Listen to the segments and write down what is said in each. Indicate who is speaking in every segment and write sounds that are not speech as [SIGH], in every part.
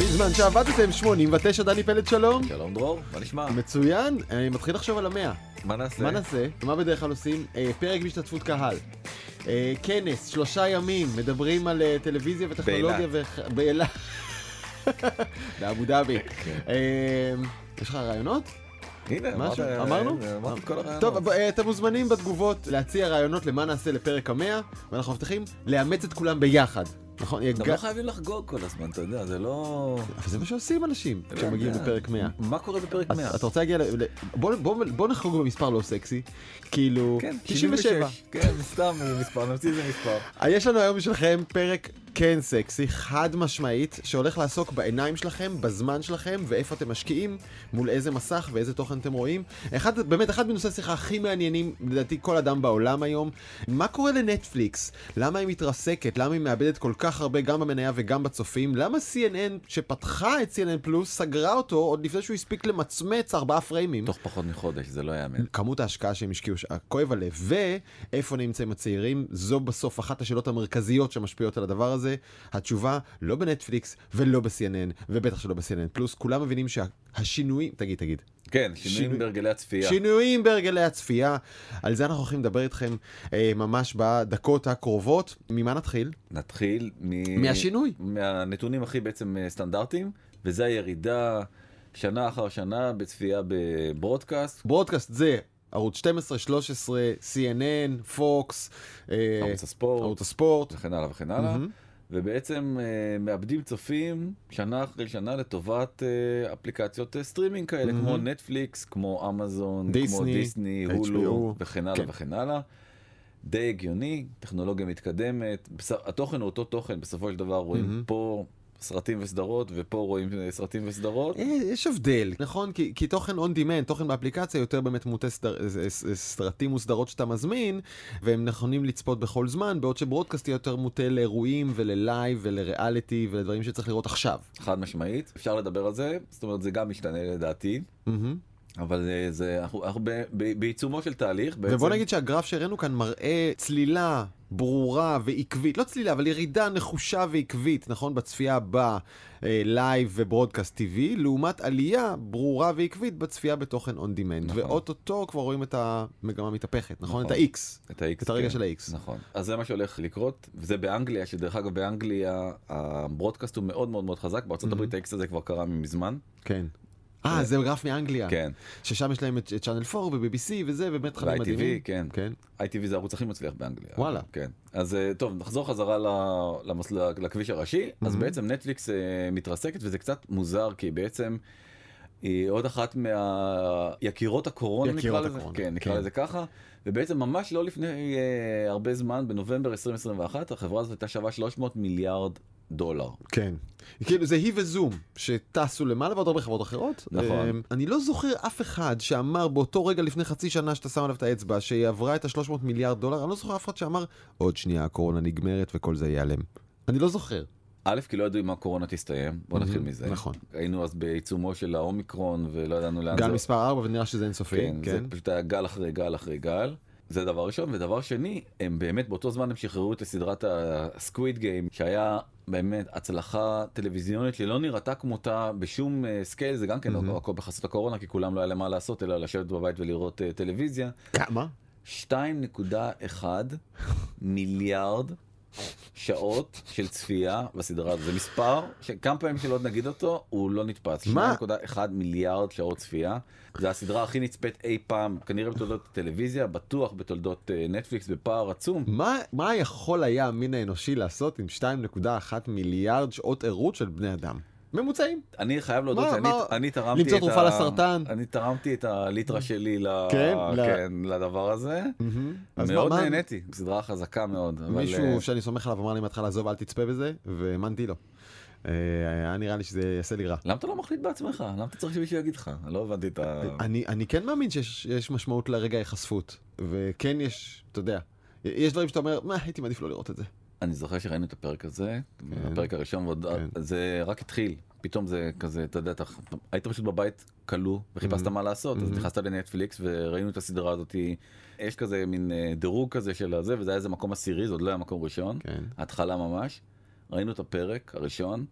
Speaker 1: בזמן שעבדתם, 89, דני פלד שלום.
Speaker 2: שלום דרור, מה נשמע?
Speaker 1: מצוין, אני מתחיל לחשוב על המאה.
Speaker 2: מה נעשה?
Speaker 1: מה נעשה? מה בדרך כלל עושים? אה, פרק בהשתתפות קהל. אה, כנס, שלושה ימים, מדברים על אה, טלוויזיה וטכנולוגיה וח- באילת. [LAUGHS] באבו דאבי.
Speaker 2: כן.
Speaker 1: אה, יש לך רעיונות?
Speaker 2: הנה, אמרת,
Speaker 1: משהו? אמרנו?
Speaker 2: אה, אמרנו את כל הרעיונות.
Speaker 1: טוב, אבל, אה, אתם מוזמנים בתגובות להציע רעיונות למה נעשה לפרק המאה, ואנחנו מבטיחים לאמץ את כולם ביחד. נכון? יהיה
Speaker 2: גם
Speaker 1: ג-
Speaker 2: לא חייבים לחגוג כל הזמן, אתה יודע, זה לא...
Speaker 1: אבל זה מה שעושים אנשים כשמגיעים
Speaker 2: אתה יודע,
Speaker 1: לפרק 100.
Speaker 2: מה קורה בפרק
Speaker 1: אז
Speaker 2: 100?
Speaker 1: אתה רוצה להגיע ל... ל- בוא, בוא, בוא נחגוג במספר לא סקסי, כאילו,
Speaker 2: כן,
Speaker 1: 97.
Speaker 2: 96. כן, סתם זה מספר, נמציא איזה מספר.
Speaker 1: אה, יש לנו היום בשבילכם פרק כן סקסי, חד משמעית, שהולך לעסוק בעיניים שלכם, בזמן שלכם, ואיפה אתם משקיעים, מול איזה מסך ואיזה תוכן אתם רואים. אחד, באמת, אחד מנושאי שיחה הכי מעניינים, לדעתי, כל אדם בעולם היום. מה קורה לנטפליקס? למה היא מתרסקת? למה היא מאבדת כל כך הרבה גם במניה וגם בצופים? למה CNN, שפתחה את CNN פלוס, סגרה אותו עוד לפני שהוא הספיק למצמץ ארבעה פריימים?
Speaker 2: תוך פחות מחודש, זה לא יאמן.
Speaker 1: כמות ההשקעה שהם השקיעו, ש- כואב הלב, ואיפה נמצאים הצעירים, זו בסוף אחת השאלות המרכזיות שמשפיעות על הדבר הזה. התשובה, לא בנטפליקס ולא ב-CNN, ובטח שלא ב-CNN פלוס, כולם מבינים שהשינויים, תגיד, תגיד,
Speaker 2: [LAUGHS] כן, שינויים
Speaker 1: שינוי-
Speaker 2: בהרגלי הצפייה.
Speaker 1: שינויים בהרגלי הצפייה, על זה אנחנו הולכים לדבר איתכם אה, ממש בדקות הקרובות. ממה נתחיל?
Speaker 2: נתחיל מ...
Speaker 1: מהשינוי.
Speaker 2: מהנתונים הכי בעצם אה, סטנדרטיים, וזה הירידה שנה אחר שנה בצפייה בברודקאסט.
Speaker 1: ברודקאסט זה ערוץ 12, 13, CNN, פוקס, אה,
Speaker 2: ערוץ הספורט
Speaker 1: ערוץ הספורט.
Speaker 2: וכן הלאה וכן הלאה,
Speaker 1: מהמם.
Speaker 2: ובעצם אה, מאבדים צופים שנה אחרי שנה לטובת אה, אפליקציות אה, סטרימינג כאלה,
Speaker 1: מהמם.
Speaker 2: כמו נטפליקס, כמו אמזון, כמו
Speaker 1: דיסני,
Speaker 2: דיסני,
Speaker 1: HBO,
Speaker 2: הולו וכן הלאה
Speaker 1: כן.
Speaker 2: וכן הלאה. די הגיוני, טכנולוגיה מתקדמת, בס- התוכן הוא אותו תוכן, בסופו של דבר רואים
Speaker 1: מהמם.
Speaker 2: פה סרטים וסדרות ופה רואים אה, סרטים וסדרות.
Speaker 1: אה, יש הבדל, נכון? כי, כי תוכן און דימנד, תוכן באפליקציה יותר באמת מוטה סדר, ס- ס- סרטים וסדרות שאתה מזמין, והם נכונים לצפות בכל זמן, בעוד שברודקאסט יהיה יותר מוטה לאירועים וללייב ולריאליטי ולדברים שצריך לראות עכשיו.
Speaker 2: חד משמעית, אפשר לדבר על זה, זאת אומרת זה גם משתנה לדעתי,
Speaker 1: מהמם.
Speaker 2: אבל אה, זה, אנחנו, אנחנו ב, ב, בעיצומו של תהליך בעצם.
Speaker 1: ובוא נגיד שהגרף שהראינו כאן מראה צלילה ברורה ועקבית, לא צלילה, אבל ירידה נחושה ועקבית, נכון? בצפייה בלייב וברודקאסט טיווי, לעומת עלייה ברורה ועקבית בצפייה בתוכן און דימנד.
Speaker 2: נכון.
Speaker 1: ואו-טו-טו כבר רואים את המגמה מתהפכת, נכון? את
Speaker 2: נכון.
Speaker 1: ה-X.
Speaker 2: את ה-X.
Speaker 1: את הרגע
Speaker 2: כן.
Speaker 1: של ה-X.
Speaker 2: נכון. אז זה מה שהולך לקרות, וזה באנגליה, שדרך אגב באנגליה הברודקאסט הוא מאוד מאוד מאוד חזק, בארצות הברית ה-X הזה כבר קרה מזמן.
Speaker 1: כן. אה, זה גרף מאנגליה.
Speaker 2: כן.
Speaker 1: ששם יש להם את צ'אנל 4 ו-BBC וזה, ובאמת תכנים מדהימים.
Speaker 2: ו-ITV, כן.
Speaker 1: כן.
Speaker 2: ITV זה הערוץ הכי מצליח באנגליה.
Speaker 1: וואלה.
Speaker 2: כן. אז אה, טוב, נחזור חזרה ל- למס- ל- לכביש הראשי. אז
Speaker 1: Mhm.
Speaker 2: בעצם נטפליקס אה, מתרסקת, וזה קצת מוזר, כי בעצם... היא עוד אחת מהיקירות הקורונה,
Speaker 1: יקירות
Speaker 2: נקרא לזה,
Speaker 1: הקורונה,
Speaker 2: כן, נקרא
Speaker 1: כן.
Speaker 2: לזה ככה, ובעצם ממש לא לפני אה, הרבה זמן, בנובמבר 2021, החברה הזאת הייתה שווה 300 מיליארד דולר.
Speaker 1: כן. כאילו זה היא וזום שטסו למעלה ועוד הרבה חברות אחרות.
Speaker 2: נכון.
Speaker 1: אמ, אני לא זוכר אף אחד שאמר באותו רגע לפני חצי שנה שאתה שם עליו את האצבע שהיא עברה את ה-300 מיליארד דולר, אני לא זוכר אף אחד שאמר עוד שנייה הקורונה נגמרת וכל זה ייעלם. אני לא זוכר.
Speaker 2: א', כי לא ידעו אם הקורונה תסתיים, בוא נתחיל
Speaker 1: מהמם,
Speaker 2: מזה.
Speaker 1: נכון.
Speaker 2: היינו אז בעיצומו של האומיקרון ולא ידענו לאן
Speaker 1: גל
Speaker 2: זה...
Speaker 1: מספר 4 ונראה שזה אינסופי.
Speaker 2: לא- כן, זה פשוט היה גל אחרי גל אחרי גל. זה דבר ראשון, ודבר שני, הם באמת באותו זמן הם שחררו את סדרת הסקוויד גיים, שהיה באמת הצלחה טלוויזיונית שלא נראתה כמותה בשום אה, סקייל, זה גם כן
Speaker 1: מהמם.
Speaker 2: לא הכל בחסות הקורונה, כי כולם לא היה להם מה לעשות, אלא לשבת בבית ולראות אה, טלוויזיה.
Speaker 1: כמה?
Speaker 2: 2.1 מיליארד שעות של צפייה בסדרה הזאת. זה מספר שכמה פעמים שלא נגיד אותו, הוא לא נתפס.
Speaker 1: מה?
Speaker 2: 2.1 מיליארד שעות צפייה. זה הסדרה הכי נצפית אי פעם, כנראה בתולדות הטלוויזיה, בטוח בתולדות אה, נטפליקס, בפער עצום.
Speaker 1: מה, מה יכול היה המין האנושי לעשות עם 2.1 מיליארד שעות ערות של בני אדם? ממוצעים.
Speaker 2: אני חייב להודות
Speaker 1: מה-
Speaker 2: שאני
Speaker 1: מה-
Speaker 2: אני תרמתי
Speaker 1: למצוא
Speaker 2: את
Speaker 1: תרופה לסרטן?
Speaker 2: אני תרמתי את הליטרה שלי ל...
Speaker 1: כן? ל-
Speaker 2: כן, לדבר הזה.
Speaker 1: אז מה-
Speaker 2: מאוד
Speaker 1: מה-
Speaker 2: נהניתי, סדרה חזקה מאוד. אבל, אה,
Speaker 1: מישהו שאני סומך עליו אמר לי מההתחלה עזוב אל תצפה בזה והאמנתי לו. אה, היה נראה לי שזה יעשה לי רע.
Speaker 2: למה אתה לא מחליט בעצמך? למה אתה צריך שמישהו יגיד לך? אני לא הבנתי את ה...
Speaker 1: אני, אני כן מאמין שיש יש משמעות לרגע ההיחשפות, וכן יש, אתה יודע, יש דברים שאתה אומר, מה, הייתי מעדיף לא לראות את זה.
Speaker 2: אני זוכר שראינו את הפרק הזה, הפרק הראשון, ועוד
Speaker 1: כן.
Speaker 2: זה רק התחיל. פתאום זה כזה, אתה יודע, אתה היית פשוט בבית כלוא וחיפשת
Speaker 1: Mhm.
Speaker 2: מה לעשות, אז
Speaker 1: Mhm.
Speaker 2: נכנסת לנטפליקס וראינו את הסדרה הזאת, יש כזה מין אה, דירוג כזה של הזה, וזה היה איזה מקום עשירי, זה עוד לא היה מקום ראשון,
Speaker 1: כן.
Speaker 2: ההתחלה ממש. ראינו את הפרק הראשון,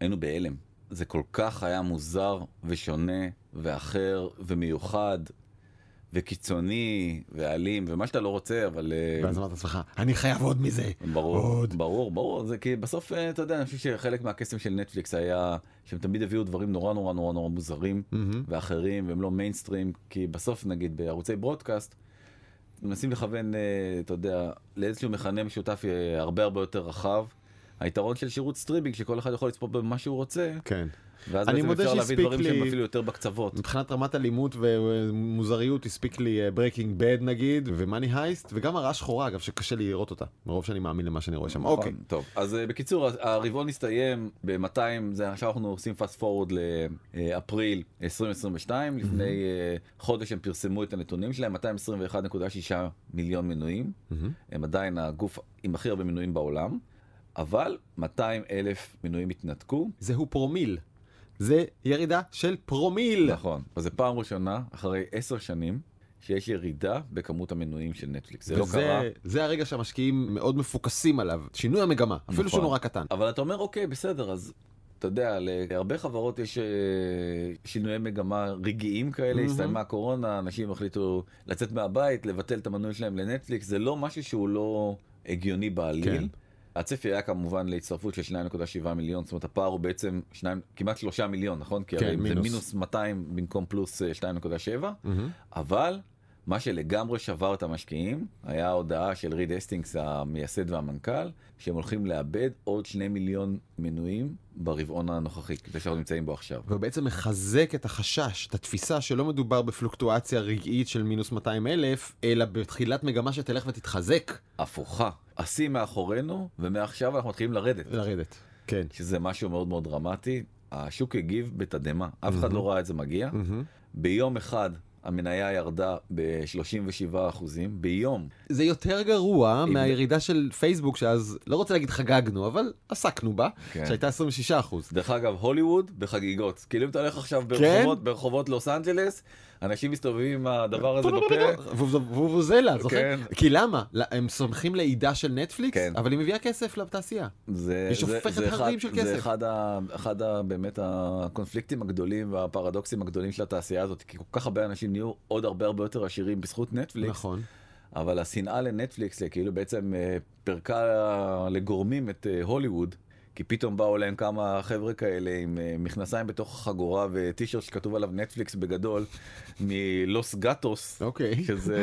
Speaker 2: היינו בהלם. זה כל כך היה מוזר ושונה ואחר ומיוחד וקיצוני ואלים ומה שאתה לא רוצה, אבל... אה,
Speaker 1: ואז אמרת לעצמך, אני חייב עוד מזה.
Speaker 2: ברור,
Speaker 1: עוד.
Speaker 2: ברור, ברור, זה כי בסוף, אה, אתה יודע, אני חושב שחלק מהקסם של נטפליקס היה שהם תמיד הביאו דברים נורא נורא נורא נורא מוזרים
Speaker 1: מהמם.
Speaker 2: ואחרים, והם לא מיינסטרים, כי בסוף נגיד בערוצי ברודקאסט, מנסים לכוון, אה, אתה יודע, לאיזשהו מכנה משותף אה, הרבה הרבה יותר רחב. היתרון של שירות סטרימינג, שכל אחד יכול לצפות במה שהוא רוצה,
Speaker 1: כן.
Speaker 2: ואז
Speaker 1: אני
Speaker 2: בעצם
Speaker 1: מודה
Speaker 2: אפשר להביא
Speaker 1: שהספיק
Speaker 2: דברים שהם
Speaker 1: לי-
Speaker 2: אפילו יותר בקצוות.
Speaker 1: מבחינת רמת אלימות ומוזריות הספיק לי ברייקינג בד נגיד ומאני הייסט וגם הרעה שחורה אגב שקשה לי לראות אותה מרוב שאני מאמין למה שאני רואה שם. אוקיי.
Speaker 2: נכון, טוב, אז אה, בקיצור, ה- הרבעון הסתיים ב-200, זה עכשיו אנחנו עושים fast forward לאפריל 2022, לפני אה, חודש הם פרסמו את הנתונים שלהם, 221.6 מיליון מנויים,
Speaker 1: מהמם.
Speaker 2: הם עדיין הגוף עם הכי הרבה מנויים בעולם, אבל 200 אלף מנויים התנתקו.
Speaker 1: זהו פרומיל. זה ירידה של פרומיל.
Speaker 2: נכון, אז זו פעם ראשונה, אחרי עשר שנים, שיש ירידה בכמות המנויים של נטפליקס, זה לא
Speaker 1: וזה-
Speaker 2: קרה.
Speaker 1: זה הרגע שהמשקיעים מאוד מפוקסים עליו. שינוי המגמה, אפילו
Speaker 2: נכון.
Speaker 1: שהוא נורא קטן.
Speaker 2: אבל אתה אומר, אוקיי, בסדר, אז אתה יודע, להרבה חברות יש אה, שינויי מגמה רגעיים כאלה,
Speaker 1: מהמם.
Speaker 2: הסתיימה הקורונה, אנשים החליטו לצאת מהבית, לבטל את המנוי שלהם לנטפליקס, זה לא משהו שהוא לא הגיוני
Speaker 1: כן.
Speaker 2: בעליל. הצפי היה כמובן להצטרפות של 2.7 מיליון, זאת אומרת הפער הוא בעצם שניים, כמעט 3 מיליון, נכון? כי
Speaker 1: כן,
Speaker 2: הרי זה
Speaker 1: מינוס.
Speaker 2: מינוס 200 במקום פלוס אה, 2.7,
Speaker 1: מהמם.
Speaker 2: אבל מה שלגמרי שבר את המשקיעים היה ההודעה של ריד הסטינגס המייסד והמנכ"ל שהם הולכים לאבד עוד שני מיליון מנויים ברבעון הנוכחי, זה שאנחנו נמצאים בו עכשיו.
Speaker 1: והוא בעצם מחזק את החשש, את התפיסה שלא מדובר בפלוקטואציה רגעית של מינוס 200 אלף, אלא בתחילת מגמה שתלך ותתחזק
Speaker 2: הפוכה, השיא מאחורינו ומעכשיו אנחנו מתחילים לרדת,
Speaker 1: לרדת. כן.
Speaker 2: שזה משהו מאוד מאוד דרמטי. השוק הגיב בתדהמה, אף אחד
Speaker 1: מהמם.
Speaker 2: לא ראה את זה מגיע.
Speaker 1: מהמם.
Speaker 2: ביום אחד המניה ירדה ב-37 אחוזים, ביום
Speaker 1: זה יותר גרוע
Speaker 2: אם-
Speaker 1: מהירידה של פייסבוק, שאז, לא רוצה להגיד חגגנו, אבל עסקנו בה,
Speaker 2: כן.
Speaker 1: שהייתה 26 אחוז.
Speaker 2: דרך אגב, הוליווד בחגיגות. כאילו אם אתה הולך
Speaker 1: כן?
Speaker 2: עכשיו ברחובות, ברחובות לוס אנג'לס, אנשים מסתובבים עם הדבר הזה בפה.
Speaker 1: וובוזלה, זוכר?
Speaker 2: כן.
Speaker 1: כי למה? לא, הם סומכים לעידה של נטפליקס,
Speaker 2: כן.
Speaker 1: אבל היא מביאה כסף לתעשייה.
Speaker 2: זה,
Speaker 1: היא
Speaker 2: זה-
Speaker 1: שופכת
Speaker 2: זה אחד-
Speaker 1: הרים של
Speaker 2: זה
Speaker 1: כסף.
Speaker 2: אחד, ה, אחד ה, באמת הקונפליקטים הגדולים והפרדוקסים הגדולים של התעשייה הזאת, כי כל כך הרבה אנשים נהיו עוד הרבה הרבה יותר עשירים בזכות נטפליקס,
Speaker 1: נכון.
Speaker 2: אבל השנאה לנטפליקס כאילו בעצם אה, פירקה לגורמים את אה, הוליווד. כי פתאום באו להם כמה חבר'ה כאלה עם אה, מכנסיים בתוך החגורה וטישרט שכתוב עליו נטפליקס בגדול מלוס גטוס,
Speaker 1: אוקיי.
Speaker 2: שזה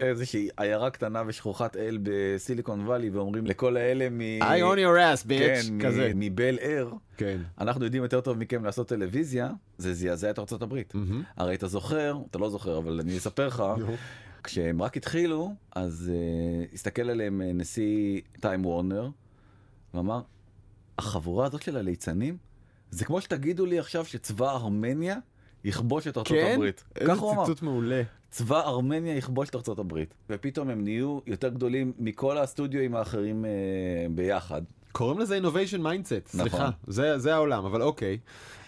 Speaker 2: איזושהי עיירה קטנה ושכוחת אל בסיליקון וואלי ואומרים לכל האלה מ...
Speaker 1: I on your ass,
Speaker 2: כן,
Speaker 1: bitch.
Speaker 2: מ-
Speaker 1: כזה.
Speaker 2: מבל אר,
Speaker 1: כן.
Speaker 2: אנחנו יודעים יותר טוב מכם לעשות טלוויזיה, זה זעזע את ארצות הברית.
Speaker 1: מהמם.
Speaker 2: הרי אתה זוכר, אתה לא זוכר, אבל אני אספר לך, כשהם רק התחילו, אז uh, הסתכל עליהם אה, נשיא טיים וורנר, ואמר, החבורה הזאת של הליצנים, זה כמו שתגידו לי עכשיו שצבא ארמניה יכבוש את ארצות
Speaker 1: כן?
Speaker 2: הברית.
Speaker 1: איזה
Speaker 2: כך הוא אמר.
Speaker 1: ציטוט מעולה.
Speaker 2: צבא ארמניה יכבוש את ארצות הברית, ופתאום הם נהיו יותר גדולים מכל הסטודיואים האחרים אה, ביחד.
Speaker 1: קוראים לזה innovation mindset,
Speaker 2: נכון.
Speaker 1: סליחה. זה זה העולם, אבל אוקיי.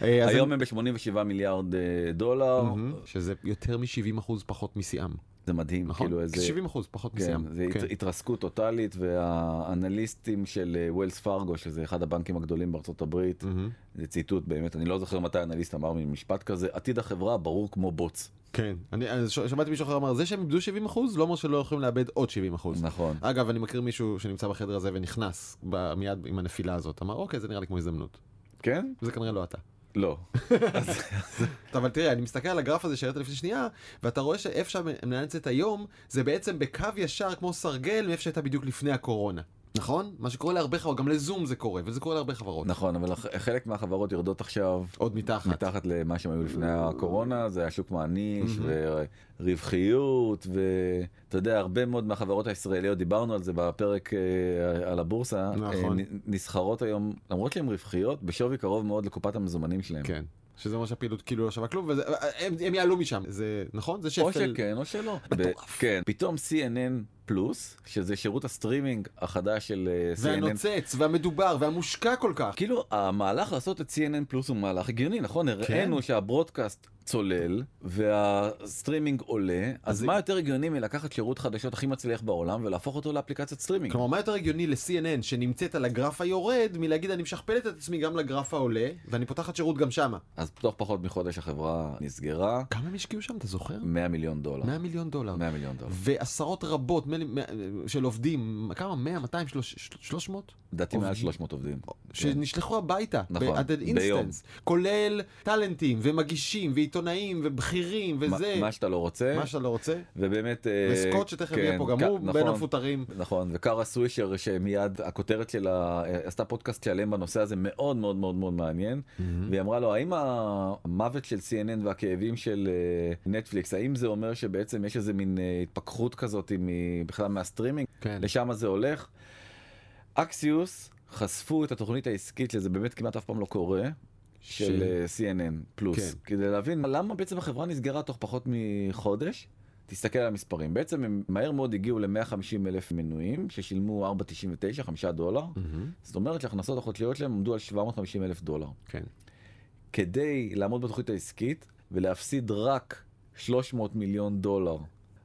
Speaker 1: אה, אז
Speaker 2: היום
Speaker 1: הם-
Speaker 2: הם ב-87 מיליארד אה, דולר,
Speaker 1: מהמם. שזה יותר מ-70 אחוז פחות משיאם.
Speaker 2: זה מדהים,
Speaker 1: נכון?
Speaker 2: כאילו איזה...
Speaker 1: 70 אחוז פחות
Speaker 2: כן,
Speaker 1: משיאם.
Speaker 2: זה
Speaker 1: כן.
Speaker 2: הת- התרסקות טוטאלית, והאנליסטים של אה, ווילס פארגו, שזה אחד הבנקים הגדולים בארצות הברית,
Speaker 1: מהמם.
Speaker 2: זה ציטוט באמת, אני לא זוכר מתי אנליסט אמר מין משפט כזה, עתיד החברה ברור כמו בוץ.
Speaker 1: כן. אני אני ש- שמעתי מישהו אחר אמר, זה שהם איבדו 70 אחוז, לא אומר שלא יכולים לאבד עוד 70 אחוז.
Speaker 2: נכון.
Speaker 1: אגב, אני מכיר מישהו שנמצא בחדר הזה ונכנס ב- מיד עם הנפילה הזאת, אמר, אוקיי, זה נראה לי כמו הזדמנות.
Speaker 2: כן?
Speaker 1: זה כנראה לא אתה.
Speaker 2: לא.
Speaker 1: אבל תראה, אני מסתכל על הגרף הזה שהראית לפני שנייה, ואתה רואה שאיפה שהמניה נמצאת היום, זה בעצם בקו ישר כמו סרגל מאיפה שהייתה בדיוק לפני הקורונה. נכון? מה שקורה להרבה חברות, גם לזום זה קורה, וזה קורה להרבה חברות.
Speaker 2: נכון, אבל הח- חלק מהחברות יורדות עכשיו
Speaker 1: עוד מתחת.
Speaker 2: מתחת למה שהם היו לפני הקורונה, זה היה שוק מעניש
Speaker 1: מהמם.
Speaker 2: ורווחיות, ואתה יודע, הרבה מאוד מהחברות הישראליות, דיברנו על זה בפרק אה, על הבורסה,
Speaker 1: נכון.
Speaker 2: אה, נ- נסחרות היום, למרות שהן רווחיות, בשווי קרוב מאוד לקופת המזומנים שלהם.
Speaker 1: כן. שזה אומר שהפעילות כאילו לא שווה כלום, וזה- הם הם יעלו משם. זה נכון? זה שפל.
Speaker 2: או שכן או שלא. ב- כן, פתאום CNN פלוס, שזה שירות הסטרימינג החדש של אה, CNN
Speaker 1: והנוצץ, והמדובר, והמושקע כל כך. כן.
Speaker 2: כאילו המהלך לעשות את CNN פלוס הוא מהלך הגיוני נכון הראינו שהברודקאסט צולל והסטרימינג עולה, אז
Speaker 1: אז-
Speaker 2: מה יותר הגיוני מלקחת שירות חדשות הכי מצליח בעולם ולהפוך אותו לאפליקציית סטרימינג?
Speaker 1: כלומר, מה יותר הגיוני ל-CNN שנמצאת על הגרף היורד מלהגיד אני משכפלת את עצמי גם לגרף העולה ואני פותחת שירות גם שמה.
Speaker 2: אז תוך פחות מחודש החברה נסגרה,
Speaker 1: כמה הם השקיעו שם, אתה זוכר?
Speaker 2: 100 מיליון דולר.
Speaker 1: 100 מיליון דולר.
Speaker 2: 100 מיליון דולר.
Speaker 1: ועשרות רבות מל- מ- של עובדים, כמה? 100, 200, 300?
Speaker 2: לדעתי מעל
Speaker 1: עובדים.
Speaker 2: 300 עובדים.
Speaker 1: שנשלחו הביתה,
Speaker 2: כן. נכון,
Speaker 1: ב- at an
Speaker 2: ביום.
Speaker 1: instance, כולל טאלנטים ומגישים ועיתונאים ובכירים וזה,
Speaker 2: מה- מה שאתה לא רוצה,
Speaker 1: מה שאתה לא רוצה,
Speaker 2: ובאמת... אה,
Speaker 1: וסקוט שתכף
Speaker 2: כן,
Speaker 1: יהיה פה גם
Speaker 2: כ-
Speaker 1: הוא בין
Speaker 2: נכון.
Speaker 1: המפוטרים.
Speaker 2: נכון, וקארה סווישר שמיד הכותרת שלה אה, עשתה פודקאסט שלם בנושא הזה מאוד מאוד מאוד מאוד מעניין והיא אמרה לו האם המוות של CNN והכאבים של אה, נטפליקס האם זה אומר שבעצם יש איזה מין אה, התפכחות כזאת מ- בכלל מהסטרימינג
Speaker 1: כן.
Speaker 2: לשם זה הולך. אקסיוס חשפו את התוכנית העסקית שזה באמת כמעט אף פעם לא קורה של אה, CNN פלוס
Speaker 1: כן.
Speaker 2: כדי להבין למה בעצם החברה נסגרה תוך פחות מחודש. תסתכל על המספרים בעצם הם מהר מאוד הגיעו ל-150 אלף מנויים ששילמו 4.99 5 דולר
Speaker 1: מהמם,
Speaker 2: זאת אומרת שההכנסות החודשיות שלהם עמדו על 750 אלף דולר
Speaker 1: כן.
Speaker 2: כדי לעמוד בתוכנית העסקית ולהפסיד רק 300 מיליון דולר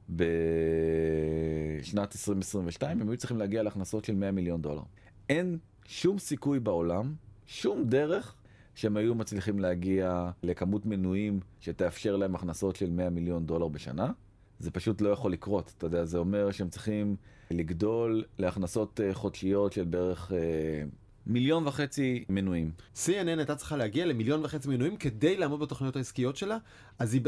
Speaker 2: בשנת 2022 הם היו צריכים להגיע להכנסות של 100 מיליון דולר. אין שום סיכוי בעולם, שום דרך שהם היו מצליחים להגיע לכמות מנויים שתאפשר להם הכנסות של 100 מיליון דולר בשנה. זה פשוט לא יכול לקרות, אתה יודע, זה אומר שהם צריכים לגדול להכנסות אה, חודשיות של בערך אה, מיליון וחצי מנויים.
Speaker 1: CNN הייתה צריכה להגיע למיליון וחצי מנויים כדי לעמוד בתוכניות העסקיות שלה, אז היא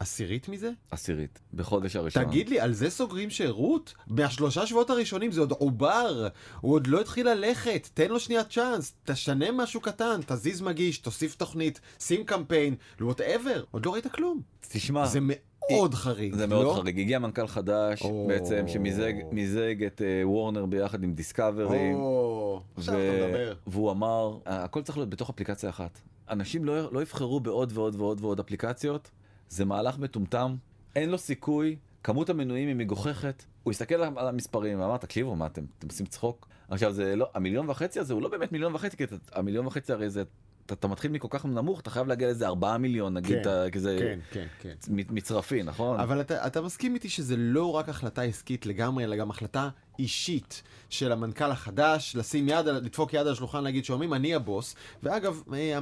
Speaker 1: בעשירית מזה?
Speaker 2: עשירית בחודש הראשון.
Speaker 1: תגיד לי, על זה סוגרים שירות? מהשלושה שבועות הראשונים זה עוד עובר, הוא עוד לא התחיל ללכת, תן לו שנייה צ'אנס, תשנה משהו קטן, תזיז מגיש, תוסיף תוכנית, שים קמפיין, וואטאבר, עוד לא ראית כלום.
Speaker 2: תשמע,
Speaker 1: זה
Speaker 2: זה,
Speaker 1: מאוד חריג,
Speaker 2: אה, זה מאוד
Speaker 1: לא?
Speaker 2: חריג. הגיע מנכ"ל חדש
Speaker 1: או.
Speaker 2: בעצם שמיזג מיזג את אה, וורנר ביחד עם דיסקאברי.
Speaker 1: או, עכשיו אתה מדבר.
Speaker 2: והוא אמר, הכל צריך להיות בתוך אפליקציה אחת. אנשים לא, לא יבחרו בעוד ועוד ועוד ועוד אפליקציות, זה מהלך מטומטם, אין לו סיכוי, כמות המנויים היא מגוחכת. הוא הסתכל על על המספרים ואמר, תקשיבו, מה אתם, אתם עושים צחוק? עכשיו, זה לא, המיליון וחצי הזה הוא לא באמת מיליון וחצי, כי אתה, המיליון וחצי הרי זה, אתה, אתה מתחיל מכל כך נמוך, אתה חייב להגיע לאיזה ארבעה מיליון, נגיד,
Speaker 1: כן,
Speaker 2: אתה- כי זה
Speaker 1: כן, כן, כן.
Speaker 2: מצ- מצרפי, נכון?
Speaker 1: אבל אתה, אתה מסכים איתי שזה לא רק החלטה עסקית לגמרי, אלא גם החלטה אישית של המנכ"ל החדש, לשים יד, על- לדפוק יד על השולחן, להגיד שאומרים, אני הבוס. ואגב, אה,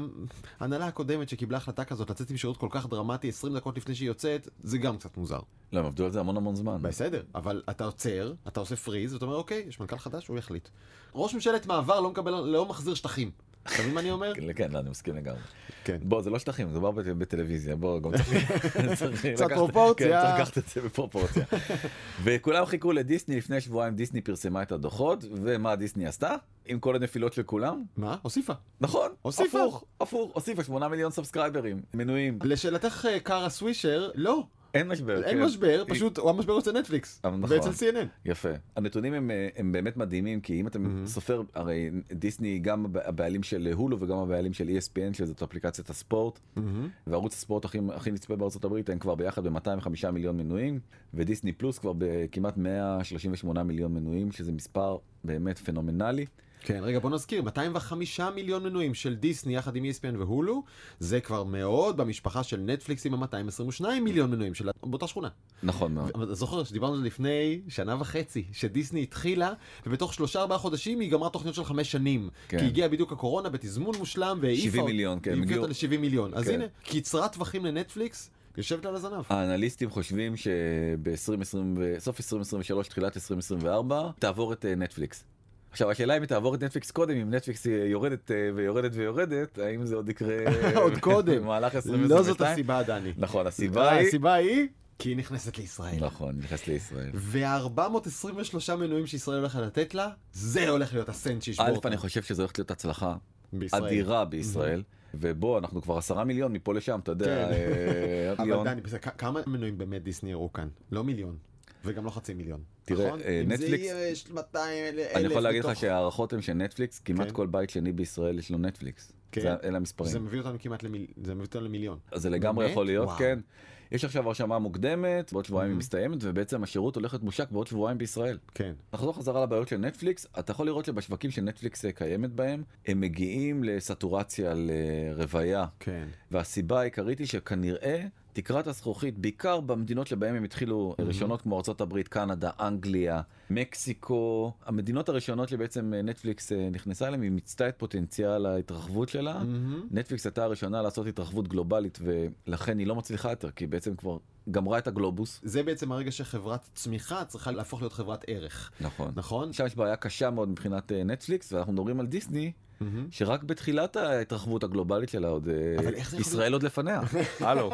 Speaker 1: ההנהלה הקודמת שקיבלה החלטה כזאת, לצאת עם שירות כל כך דרמטי 20 דקות לפני שהיא יוצאת, זה גם קצת מוזר.
Speaker 2: לא, הם עבדו על זה המון המון זמן.
Speaker 1: בסדר, אבל אתה עוצר, אתה עושה פריז, ואתה אומר, אוקיי, יש מנכ"ל חדש, הוא יחליט. ראש ממשלת מעבר לא מקבל, לא מחזיר שטחים. אתה מבין מה אני
Speaker 2: [LAUGHS]
Speaker 1: אומר?
Speaker 2: כן, כן, לא, אני מסכים לגמרי.
Speaker 1: כן.
Speaker 2: בוא, זה לא שטחים, זה בא בט- בטלוויזיה, בוא, גם צריך...
Speaker 1: [LAUGHS]
Speaker 2: [LAUGHS] צריך
Speaker 1: קצת
Speaker 2: לקחת-
Speaker 1: פרופורציה.
Speaker 2: כן, צריך לקחת את זה בפרופורציה.
Speaker 1: [LAUGHS]
Speaker 2: וכולם חיכו לדיסני לפני שבועיים, דיסני פרסמה את הדוחות, ומה דיסני עשתה? עם כל הנפילות של כולם?
Speaker 1: מה? הוסיפה.
Speaker 2: נכון,
Speaker 1: הוסיפה.
Speaker 2: הפוך, הפוך, הוסיפה 8 מיליון סאבסקרייברים, מנויים,
Speaker 1: לשאלתך, אה, קארה סווישר, לא,
Speaker 2: אין משבר.
Speaker 1: אין
Speaker 2: כן.
Speaker 1: משבר, פשוט, המשבר הוא אצל נטפליקס.
Speaker 2: אה, נכון.
Speaker 1: ואצל CNN.
Speaker 2: יפה. הנתונים הם, אה, הם באמת מדהימים, כי אם אתה mm-hmm. סופר, הרי דיסני היא גם הב- הבעלים של הולו וגם הבעלים של E ESPN, שזאת אפליקציית הספורט, mm-hmm. וערוץ הספורט הכי, הכי נצפה בארצות הברית, הם כבר ביחד ב-205 מיליון מנויים, ודיסני פלוס כבר בכמעט 138 מיליון מנויים, שזה מספר באמת פנומנלי.
Speaker 1: כן, רגע, בוא נזכיר, 205 מיליון מנויים של דיסני יחד עם E ESPN והולו, זה כבר מאוד במשפחה של נטפליקס עם ה-222 מיליון מנויים של באותה שכונה.
Speaker 2: נכון מאוד.
Speaker 1: אבל אתה זוכר שדיברנו על זה לפני שנה וחצי, שדיסני התחילה, ובתוך שלושה ארבעה חודשים היא גמרה תוכניות של חמש שנים.
Speaker 2: כן.
Speaker 1: כי הגיעה בדיוק הקורונה בתזמון מושלם, והעיפה
Speaker 2: 70
Speaker 1: אותה-
Speaker 2: מיליון, כן,
Speaker 1: היא הביאה
Speaker 2: הגיעו-
Speaker 1: אותה ל-70 מיליון. אז
Speaker 2: כן. אה,
Speaker 1: הנה, קצרת טווחים לנטפליקס, יושבת על הזנב.
Speaker 2: האנליסטים חושבים שבסוף 2023, תחילת 2024, תעבור את אה, נטפליקס. עכשיו השאלה אם היא תעבור את נטפליקס קודם, אם נטפליקס היא יורדת אה, ויורדת ויורדת, האם זה עוד יקרה אה,
Speaker 1: [LAUGHS] עוד קודם.
Speaker 2: במהלך 2022?
Speaker 1: לא זאת הסיבה, דני.
Speaker 2: נכון, הסיבה היא...
Speaker 1: הסיבה היא? כי היא נכנסת לישראל.
Speaker 2: נכון, נכנס לישראל.
Speaker 1: וה-423 מנויים שישראל הולכת לתת לה, זה הולך להיות הסנט שישבור
Speaker 2: א',
Speaker 1: אותה.
Speaker 2: אני חושב שזו הולכת להיות הצלחה
Speaker 1: בישראל.
Speaker 2: אדירה בישראל, ובוא, אנחנו כבר עשרה מיליון מפה לשם, אתה יודע,
Speaker 1: כן. [LAUGHS]
Speaker 2: אה,
Speaker 1: אבל
Speaker 2: מיליון.
Speaker 1: דני, בסדר, כ- כמה מנויים באמת דיסני הראו כאן? לא מיליון. וגם לא חצי מיליון.
Speaker 2: תראה,
Speaker 1: נכון?
Speaker 2: אה,
Speaker 1: אם זה
Speaker 2: נטפליקס-
Speaker 1: יהיה יש 200 אלף
Speaker 2: אני יכול להגיד לך
Speaker 1: בתוך-
Speaker 2: שההערכות הן שנטפליקס, כמעט
Speaker 1: כן.
Speaker 2: כל בית שני בישראל יש לו נטפליקס.
Speaker 1: כן.
Speaker 2: זה- אלה המספרים.
Speaker 1: זה מביא אותנו כמעט למיל... זה מביא אותנו למיליון.
Speaker 2: אז זה לגמרי
Speaker 1: באמת?
Speaker 2: יכול להיות,
Speaker 1: וואו.
Speaker 2: כן. יש עכשיו הרשמה מוקדמת, בעוד שבועיים היא מסתיימת, ובעצם השירות הולך להיות מושק בעוד שבועיים בישראל.
Speaker 1: כן.
Speaker 2: נחזור חזרה לבעיות של נטפליקס, אתה יכול לראות שבשווקים שנטפליקס אה, קיימת בהם, הם מגיעים לסטורציה, לרוויה,
Speaker 1: כן.
Speaker 2: והסיבה העיקרית היא שכנראה תקרת הזכוכית, בעיקר במדינות שבהן הם התחילו ראשונות כמו ארה"ב, קנדה, אנגליה, מקסיקו, המדינות הראשונות שבעצם אה, נטפליקס אה, נכנסה אליהן, היא מיצתה את פוטנציאל ההתרחבות שלה.
Speaker 1: מהמם.
Speaker 2: נטפליקס הייתה הראשונה לעשות התרחבות גלובלית ולכן היא לא מצליחה יותר, כי היא בעצם כבר גמרה את הגלובוס.
Speaker 1: זה בעצם הרגע שחברת צמיחה צריכה להפוך להיות חברת ערך,
Speaker 2: נכון.
Speaker 1: נכון?
Speaker 2: שם יש בעיה קשה מאוד מבחינת אה, נטפליקס, ואנחנו מדברים על דיסני,
Speaker 1: מהמם.
Speaker 2: שרק בתחילת ההתרחבות הגלובלית שלה עוד אה,
Speaker 1: אבל איך זה יכול
Speaker 2: ישראל עוד
Speaker 1: [LAUGHS]
Speaker 2: לפניה. הלו.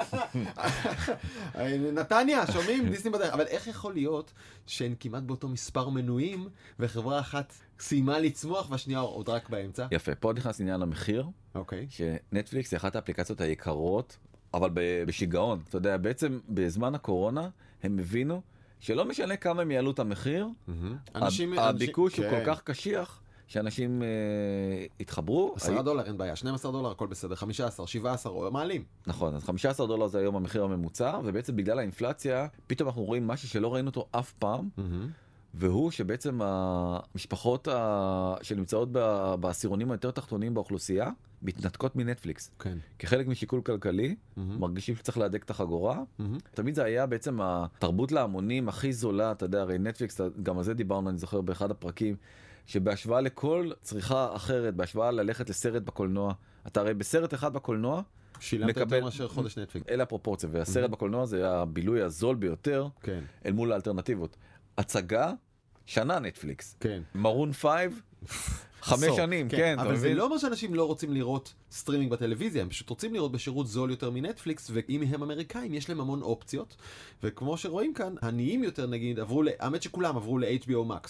Speaker 1: אה, נתניה, שומעים? [LAUGHS] דיסני בדרך. אבל איך יכול להיות שהן כמעט באותו מספר מנויים, וחברה אחת סיימה לצמוח והשנייה עוד רק באמצע?
Speaker 2: יפה, פה נכנס עניין המחיר,
Speaker 1: אוקיי.
Speaker 2: שנטפליקס היא אחת האפליקציות היקרות, אבל ב- בשיגעון. אתה יודע, בעצם בזמן הקורונה הם הבינו שלא משנה כמה הם יעלו את המחיר,
Speaker 1: מהמם.
Speaker 2: אנשים, הביקוש הוא
Speaker 1: כן.
Speaker 2: כל כך קשיח, שאנשים אה, התחברו.
Speaker 1: 10 דולר אין בעיה, 12 דולר הכל בסדר, 15, 17, או- מעלים.
Speaker 2: נכון, אז 15 דולר זה היום המחיר הממוצע, ובעצם בגלל האינפלציה, פתאום אנחנו רואים משהו שלא ראינו אותו אף פעם, והוא שבעצם המשפחות ה... שנמצאות ב- בעשירונים היותר תחתונים באוכלוסייה, מתנתקות מנטפליקס.
Speaker 1: כן.
Speaker 2: כחלק משיקול כלכלי,
Speaker 1: מהמם.
Speaker 2: מרגישים שצריך להדק את החגורה.
Speaker 1: מהמם.
Speaker 2: תמיד זה היה בעצם התרבות להמונים הכי זולה, אתה יודע, הרי נטפליקס, גם על זה דיברנו, אני זוכר, באחד הפרקים, שבהשוואה לכל צריכה אחרת, בהשוואה ללכת לסרט בקולנוע, אתה הרי בסרט אחד בקולנוע,
Speaker 1: שילמת
Speaker 2: מקבל-
Speaker 1: יותר מאשר חודש נטפליקס.
Speaker 2: אלה הפרופורציה, והסרט בקולנוע זה הבילוי הזול ביותר
Speaker 1: כן,
Speaker 2: אל מול האלטרנטיבות. הצגה, שנה נטפליקס.
Speaker 1: כן.
Speaker 2: מרון
Speaker 1: [LAUGHS]
Speaker 2: פייב, חמש
Speaker 1: עשור.
Speaker 2: שנים, כן, אתה
Speaker 1: אבל זה
Speaker 2: מבין?
Speaker 1: לא אומר שאנשים לא רוצים לראות סטרימינג בטלוויזיה, הם פשוט רוצים לראות בשירות זול יותר מנטפליקס, ואם הם אמריקאים יש להם המון אופציות, וכמו שרואים כאן, עניים יותר נגיד עברו, ל- האמת שכולם עברו ל-HBO Max,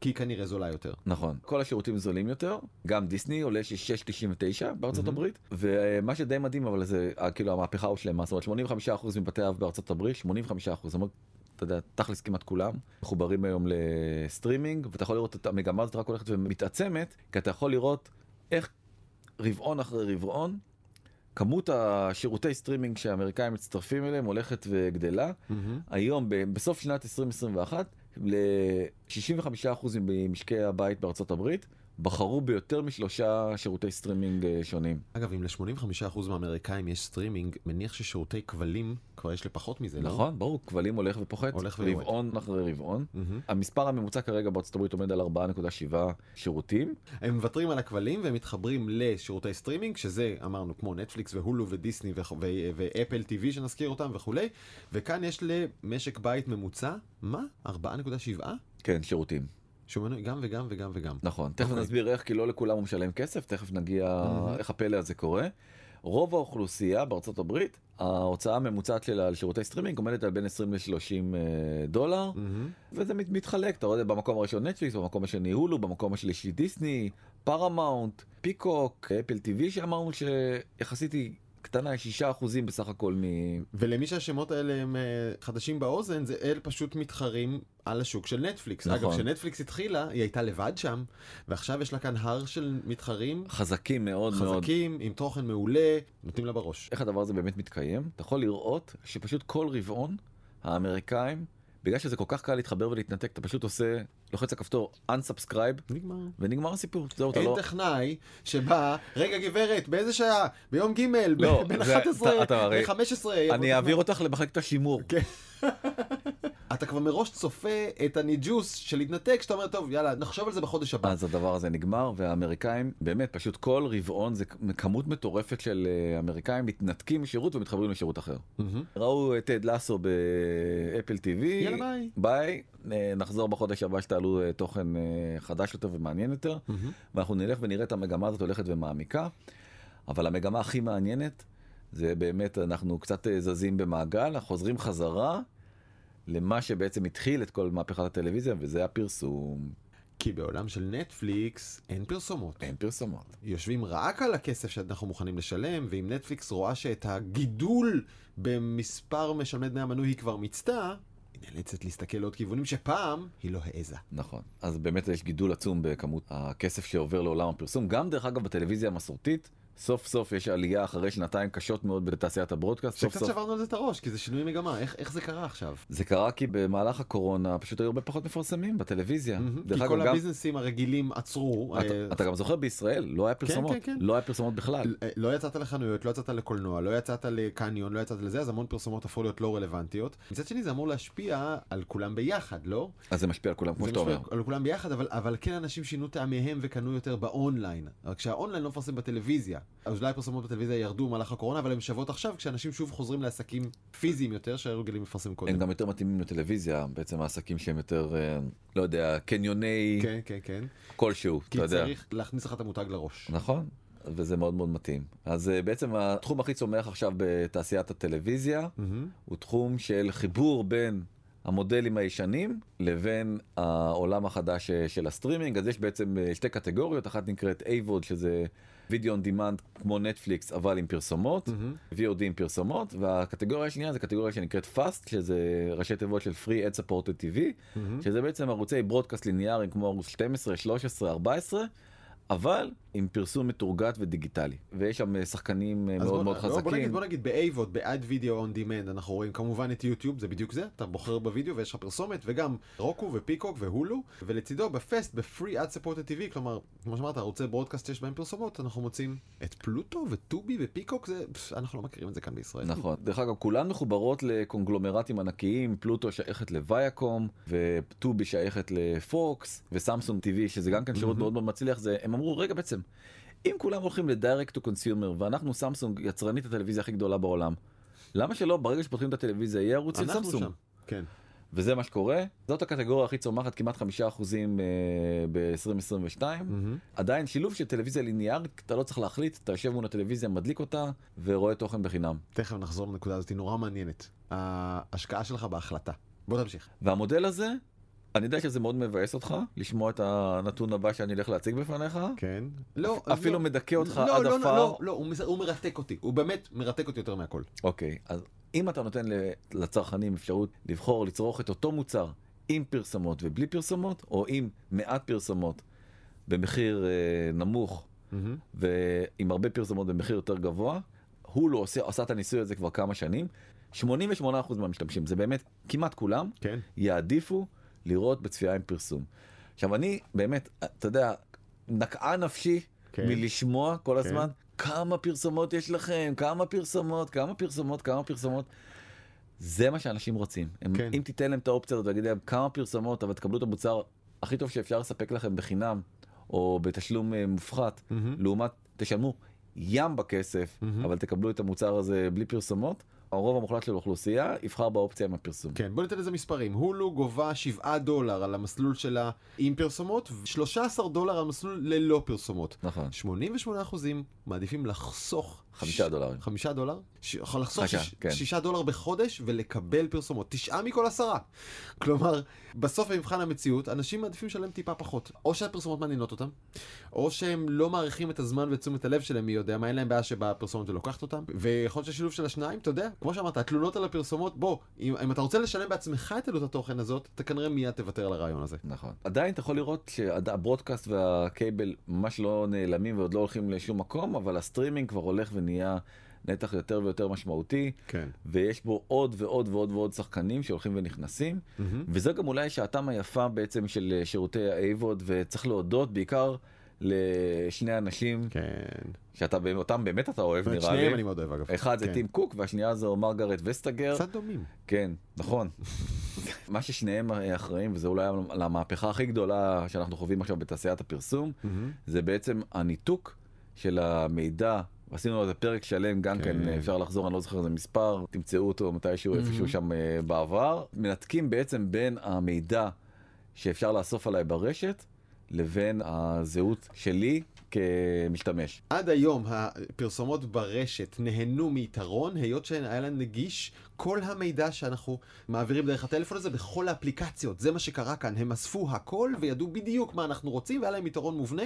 Speaker 1: כי היא כנראה זולה יותר.
Speaker 2: נכון. כל השירותים זולים יותר, גם דיסני עולה ש- 6.99 בארצות הברית, ומה שדי מדהים, אבל זה אה, כאילו המהפכה הושלמה, זאת אומרת 85% מבתי האב בארצות הברית, 85%, זאת אומרת, אתה יודע, תכלס כמעט כולם מחוברים היום לסטרימינג, ואתה יכול לראות את המגמה הזאת רק הולכת ומתעצמת, כי אתה יכול לראות איך רבעון אחרי רבעון, כמות השירותי סטרימינג שהאמריקאים מצטרפים אליהם הולכת וגדלה. היום, ב- בסוף שנת 2021, ל-65% ממשקי הבית בארצות הברית בחרו ביותר משלושה שירותי סטרימינג אה, שונים.
Speaker 1: אגב, אם ל-85% מהאמריקאים יש סטרימינג, מניח ששירותי כבלים כבר יש לפחות מזה, לא?
Speaker 2: נכון, ברור, כבלים הולך ופוחת,
Speaker 1: הולך ויורד.
Speaker 2: רבעון אחרי רבעון.
Speaker 1: מהמם.
Speaker 2: המספר הממוצע כרגע בארצות הברית עומד על 4.7 שירותים.
Speaker 1: הם מוותרים על הכבלים והם מתחברים לשירותי סטרימינג, שזה אמרנו כמו נטפליקס והולו ודיסני וכו- ו- ואפל TV שנזכיר אותם וכולי, וכאן יש למשק בית ממוצע, מה? 4.7?
Speaker 2: כן, שירותים.
Speaker 1: שהוא מנוי גם וגם וגם וגם.
Speaker 2: נכון, תכף
Speaker 1: אוקיי.
Speaker 2: נסביר איך, כי לא לכולם הוא משלם כסף, תכף נגיע
Speaker 1: Mhm.
Speaker 2: איך הפלא הזה קורה. רוב האוכלוסייה בארצות הברית, ההוצאה הממוצעת שלה על שירותי סטרימינג עומדת על בין 20 ל-30 דולר.
Speaker 1: מהמם.
Speaker 2: וזה מת- מתחלק, אתה רואה, במקום הראשון נטפליקס, במקום השני הולו, במקום השלישי דיסני, פרמאונט, פיקוק, אפל TV שאמרנו שיחסית היא קטנה, 6% בסך הכל מ...
Speaker 1: ולמי שהשמות האלה הם אה, חדשים באוזן, זה אל פשוט מתחרים על השוק של נטפליקס.
Speaker 2: נכון.
Speaker 1: אגב, כשנטפליקס התחילה, היא הייתה לבד שם, ועכשיו יש לה כאן הר של מתחרים
Speaker 2: חזקים מאוד נכון מאוד.
Speaker 1: חזקים, עם תוכן מעולה, נותנים לה בראש.
Speaker 2: איך הדבר הזה באמת מתקיים? אתה יכול לראות שפשוט כל רבעון האמריקאים, בגלל שזה כל כך קל להתחבר ולהתנתק, אתה פשוט עושה, לוחץ על כפתור unsubscribe
Speaker 1: נגמר.
Speaker 2: ונגמר הסיפור. זהו, אתה
Speaker 1: אין
Speaker 2: לא...
Speaker 1: טכנאי שבא, רגע גברת, באיזה שעה? ביום ג', ב-
Speaker 2: לא,
Speaker 1: בין
Speaker 2: זה-
Speaker 1: 11
Speaker 2: אתה- אתה הרי-
Speaker 1: ל-15.
Speaker 2: אני אעביר אותך למחלקת השימור.
Speaker 1: אתה כבר מראש צופה את הניג'וס של להתנתק, שאתה אומר, טוב, יאללה, נחשוב על זה בחודש הבא.
Speaker 2: אז הדבר הזה נגמר והאמריקאים באמת פשוט כל רבעון זה כמות מטורפת של אה, אמריקאים מתנתקים משירות ומתחברים לשירות אחר.
Speaker 1: מהמם.
Speaker 2: ראו את טד לאסו באפל TV.
Speaker 1: יאללה, ביי.
Speaker 2: ביי, אה, נחזור בחודש הבא שתעלו אה, תוכן אה, חדש יותר ומעניין יותר
Speaker 1: מהמם.
Speaker 2: ואנחנו נלך ונראה את המגמה הזאת הולכת ומעמיקה. אבל המגמה הכי מעניינת זה באמת אנחנו קצת אה, זזים במעגל, אנחנו חוזרים חזרה למה שבעצם התחיל את כל מהפכת הטלוויזיה וזה הפרסום.
Speaker 1: כי בעולם של נטפליקס אין פרסומות.
Speaker 2: אין פרסומות.
Speaker 1: יושבים רק על הכסף שאנחנו מוכנים לשלם, ואם נטפליקס רואה שאת הגידול במספר משלמי דמי המנוי היא כבר מיצתה, היא נאלצת להסתכל לעוד כיוונים שפעם היא לא העזה.
Speaker 2: נכון. אז באמת יש גידול עצום בכמות הכסף שעובר לעולם הפרסום. גם דרך אגב בטלוויזיה המסורתית, סוף סוף יש עלייה אחרי שנתיים קשות מאוד בתעשיית הברודקאסט. סוף
Speaker 1: שקצת
Speaker 2: סוף
Speaker 1: שברנו על זה את הראש, כי זה שינוי מגמה, איך, איך זה קרה עכשיו?
Speaker 2: זה קרה כי במהלך הקורונה פשוט היו הרבה פחות מפרסמים בטלוויזיה.
Speaker 1: מהמם.
Speaker 2: דרך
Speaker 1: כי כל
Speaker 2: אגב, גם-
Speaker 1: הביזנסים הרגילים עצרו. אה,
Speaker 2: אתה- אתה גם זוכר בישראל לא היה פרסומות,
Speaker 1: כן, כן.
Speaker 2: לא היה פרסומות בכלל.
Speaker 1: אה, לא יצאת לחנויות, לא יצאת לקולנוע, לא יצאת לקניון, לא יצאת לזה, אז המון פרסומות הפכו להיות לא רלוונטיות. מצד שני זה אמור להשפיע על כולם ביחד, לא?
Speaker 2: אז זה משפיע על כולם כמו
Speaker 1: זה
Speaker 2: שאתה
Speaker 1: משפיע
Speaker 2: אומר.
Speaker 1: על כולם ביחד, אבל, אבל כן אנשים שינו טעמיהם וקנו יותר באונליין. רק שהאונליין לא מפרסם בטלוויזיה. אז אולי הפרסומות בטלוויזיה ירדו במהלך הקורונה, אבל הן שוות עכשיו כשאנשים שוב חוזרים לעסקים פיזיים יותר שהיו רגילים לפרסם קודם.
Speaker 2: הם גם יותר מתאימים לטלוויזיה, בעצם העסקים שהם יותר, אה, לא יודע, קניוני
Speaker 1: כן, כן, כן.
Speaker 2: כלשהו,
Speaker 1: כי
Speaker 2: אתה יודע.
Speaker 1: צריך להכניס לך את המותג לראש.
Speaker 2: נכון, וזה מאוד מאוד מתאים. אז אה, בעצם התחום הכי צומח עכשיו בתעשיית הטלוויזיה
Speaker 1: מהמם.
Speaker 2: הוא תחום של חיבור בין המודלים הישנים לבין העולם החדש אה, של הסטרימינג. אז יש בעצם אה, שתי קטגוריות, אחת נקראת AVOD, שזה וידאו און דימנד כמו נטפליקס, אבל עם פרסומות,
Speaker 1: מהמם.
Speaker 2: VOD עם פרסומות, והקטגוריה השנייה זה קטגוריה שנקראת FAST, שזה ראשי תיבות של Free Ad Supported TV,
Speaker 1: מהמם.
Speaker 2: שזה בעצם ערוצי ברודקאסט ליניאריים כמו ערוץ 12, 13, 14, אבל עם פרסום מתורגת ודיגיטלי. ויש שם אה, שחקנים אה,
Speaker 1: אז
Speaker 2: מאוד
Speaker 1: בוא-
Speaker 2: מאוד
Speaker 1: לא, בוא נגיד,
Speaker 2: חזקים.
Speaker 1: בוא נגיד ב-AVOD, ב-Ad Video On Demand, אנחנו רואים כמובן את יוטיוב, זה בדיוק זה, אתה בוחר בווידאו ויש לך פרסומת, וגם רוקו ופיקוק והולו, ולצידו בפסט, ב-Free Ad Supported TV, כלומר, כמו שאמרת, ערוצי ברודקאסט שיש בהם פרסומות, אנחנו מוצאים את פלוטו וטובי ופיקוק, זה, פס, אנחנו לא מכירים את זה כאן בישראל.
Speaker 2: נכון. דרך אגב, כולן מחוברות לקונגלומרטים ענקיים, פלוטו שייכת לוויאקום, וטובי שייכת לפוקס, וסמסונג TV, שזה גם כן שירות
Speaker 1: מהמם.
Speaker 2: מאוד מאוד מצליח, זה, הם אמרו, רגע בעצם, אם כולם הולכים לדיירקט טו קונסיומר, ואנחנו סמסונג, יצרנית הטלוויזיה הכי גדולה בעולם, למה שלא ברגע שפותחים את הטלוויזיה יהיה ערוץ של
Speaker 1: אנחנו
Speaker 2: סמסונג?
Speaker 1: שם. כן.
Speaker 2: וזה מה שקורה. זאת הקטגוריה הכי צומחת, כמעט חמישה אחוזים אה, ב-2022.
Speaker 1: מהמם.
Speaker 2: עדיין שילוב של טלוויזיה ליניארית, אתה לא צריך להחליט, אתה יושב מול הטלוויזיה, מדליק אותה, ורואה תוכן בחינם.
Speaker 1: תכף נחזור לנקודה הזאת, היא נורא מעניינת. ההשקעה שלך בהחלטה. בוא תמשיך.
Speaker 2: והמודל הזה, אני יודע שזה מאוד מבאס אותך, לשמוע את הנתון הבא שאני הולך להציג בפניך,
Speaker 1: כן. לא,
Speaker 2: אפילו
Speaker 1: לא.
Speaker 2: מדכא אותך
Speaker 1: לא,
Speaker 2: עד
Speaker 1: לא,
Speaker 2: עפר.
Speaker 1: לא, לא, לא, הוא מס- הוא מרתק אותי, הוא באמת מרתק אותי יותר מהכל.
Speaker 2: אוקיי, אז אם אתה נותן ל- לצרכנים אפשרות לבחור לצרוך את אותו מוצר עם פרסומות ובלי פרסומות, או עם מעט פרסומות במחיר אה, נמוך
Speaker 1: מהמם.
Speaker 2: ועם הרבה פרסומות במחיר יותר גבוה. הוא לא עושה, עשה את הניסוי הזה כבר כמה שנים. 88% מהמשתמשים, זה באמת כמעט כולם,
Speaker 1: כן.
Speaker 2: יעדיפו לראות בצפייה עם פרסום. עכשיו אני באמת, אתה יודע, נקעה נפשי
Speaker 1: כן.
Speaker 2: כן. מלשמוע כל הזמן כמה פרסומות יש לכם, כמה פרסומות, כמה פרסומות, כמה פרסומות. זה מה שאנשים רוצים. הם,
Speaker 1: כן.
Speaker 2: כן. אם תיתן להם את האופציה הזאת ותגיד להם כמה פרסומות, אבל תקבלו את המוצר הכי טוב שאפשר לספק לכם בחינם, או בתשלום אה, מופחת,
Speaker 1: מהמם.
Speaker 2: לעומת תשלמו ים בכסף,
Speaker 1: מהמם.
Speaker 2: אבל תקבלו את המוצר הזה בלי פרסומות, הרוב המוחלט של האוכלוסייה יבחר באופציה עם הפרסום.
Speaker 1: כן, בוא ניתן לזה מספרים. הולו גובה 7 דולר על המסלול שלה עם פרסומות, ו-13 דולר על מסלול ללא פרסומות.
Speaker 2: נכון.
Speaker 1: 88 אחוזים מעדיפים לחסוך...
Speaker 2: חמישה דולרים.
Speaker 1: חמישה דולר? ש... לחסוך
Speaker 2: חמישה,
Speaker 1: שש...
Speaker 2: כן.
Speaker 1: שישה דולר בחודש ולקבל פרסומות. תשעה מכל עשרה. כלומר, בסוף במבחן המציאות, אנשים מעדיפים לשלם טיפה פחות. או שהפרסומות מעניינות אותם, או שהם לא מעריכים את הזמן ותשומת הלב שלהם, מי יודע מה, אין להם בעיה שבאה הפרסומת ולוקחת אותם. ויכול להיות שהשילוב של השניים, אתה יודע, כמו שאמרת, התלונות על הפרסומות, בוא, אם, אם אתה רוצה לשלם בעצמך את עלות התוכן הזאת, אתה כנראה מיד תוותר על הרעיון הזה.
Speaker 2: נכון. עדיין אתה יכול לראות שהברודקאסט והקייבל ממש לא נעלמים ועוד לא הולכים לשום מקום, אבל הסטרימינג כבר הולך ונהיה נתח יותר ויותר משמעותי,
Speaker 1: כן.
Speaker 2: ויש בו עוד ועוד ועוד ועוד שחקנים שהולכים ונכנסים, וזו גם אולי שעתם היפה בעצם של אה, שירותי האייבוד, וצריך להודות בעיקר לשני אנשים
Speaker 1: כן.
Speaker 2: שאתה, בא- אותם באמת אתה אוהב
Speaker 1: את
Speaker 2: נראה
Speaker 1: שניהם אני
Speaker 2: לי.
Speaker 1: מאוד אוהב אגב.
Speaker 2: אחד זה
Speaker 1: כן.
Speaker 2: טים קוק והשנייה זו מרגרט וסטגר.
Speaker 1: קצת דומים.
Speaker 2: כן, נכון. מה ששניהם אה, אחראים, וזה אולי למהפכה הכי גדולה שאנחנו חווים עכשיו בתעשיית הפרסום,
Speaker 1: Mm-hmm.
Speaker 2: זה בעצם הניתוק של המידע. עשינו על זה פרק שלם, גם
Speaker 1: כן. Mm-hmm.
Speaker 2: כן אפשר לחזור, אני לא זוכר איזה מספר, תמצאו אותו מתישהו איפשהו שם אה, בעבר. מנתקים בעצם בין המידע שאפשר לאסוף עליי ברשת, לבין הזהות שלי כמשתמש.
Speaker 1: עד היום הפרסומות ברשת נהנו מיתרון, היות שהן היה להן נגיש כל המידע שאנחנו מעבירים דרך הטלפון הזה בכל האפליקציות. זה מה שקרה כאן, הם אספו הכל וידעו בדיוק מה אנחנו רוצים, והיה להם יתרון מובנה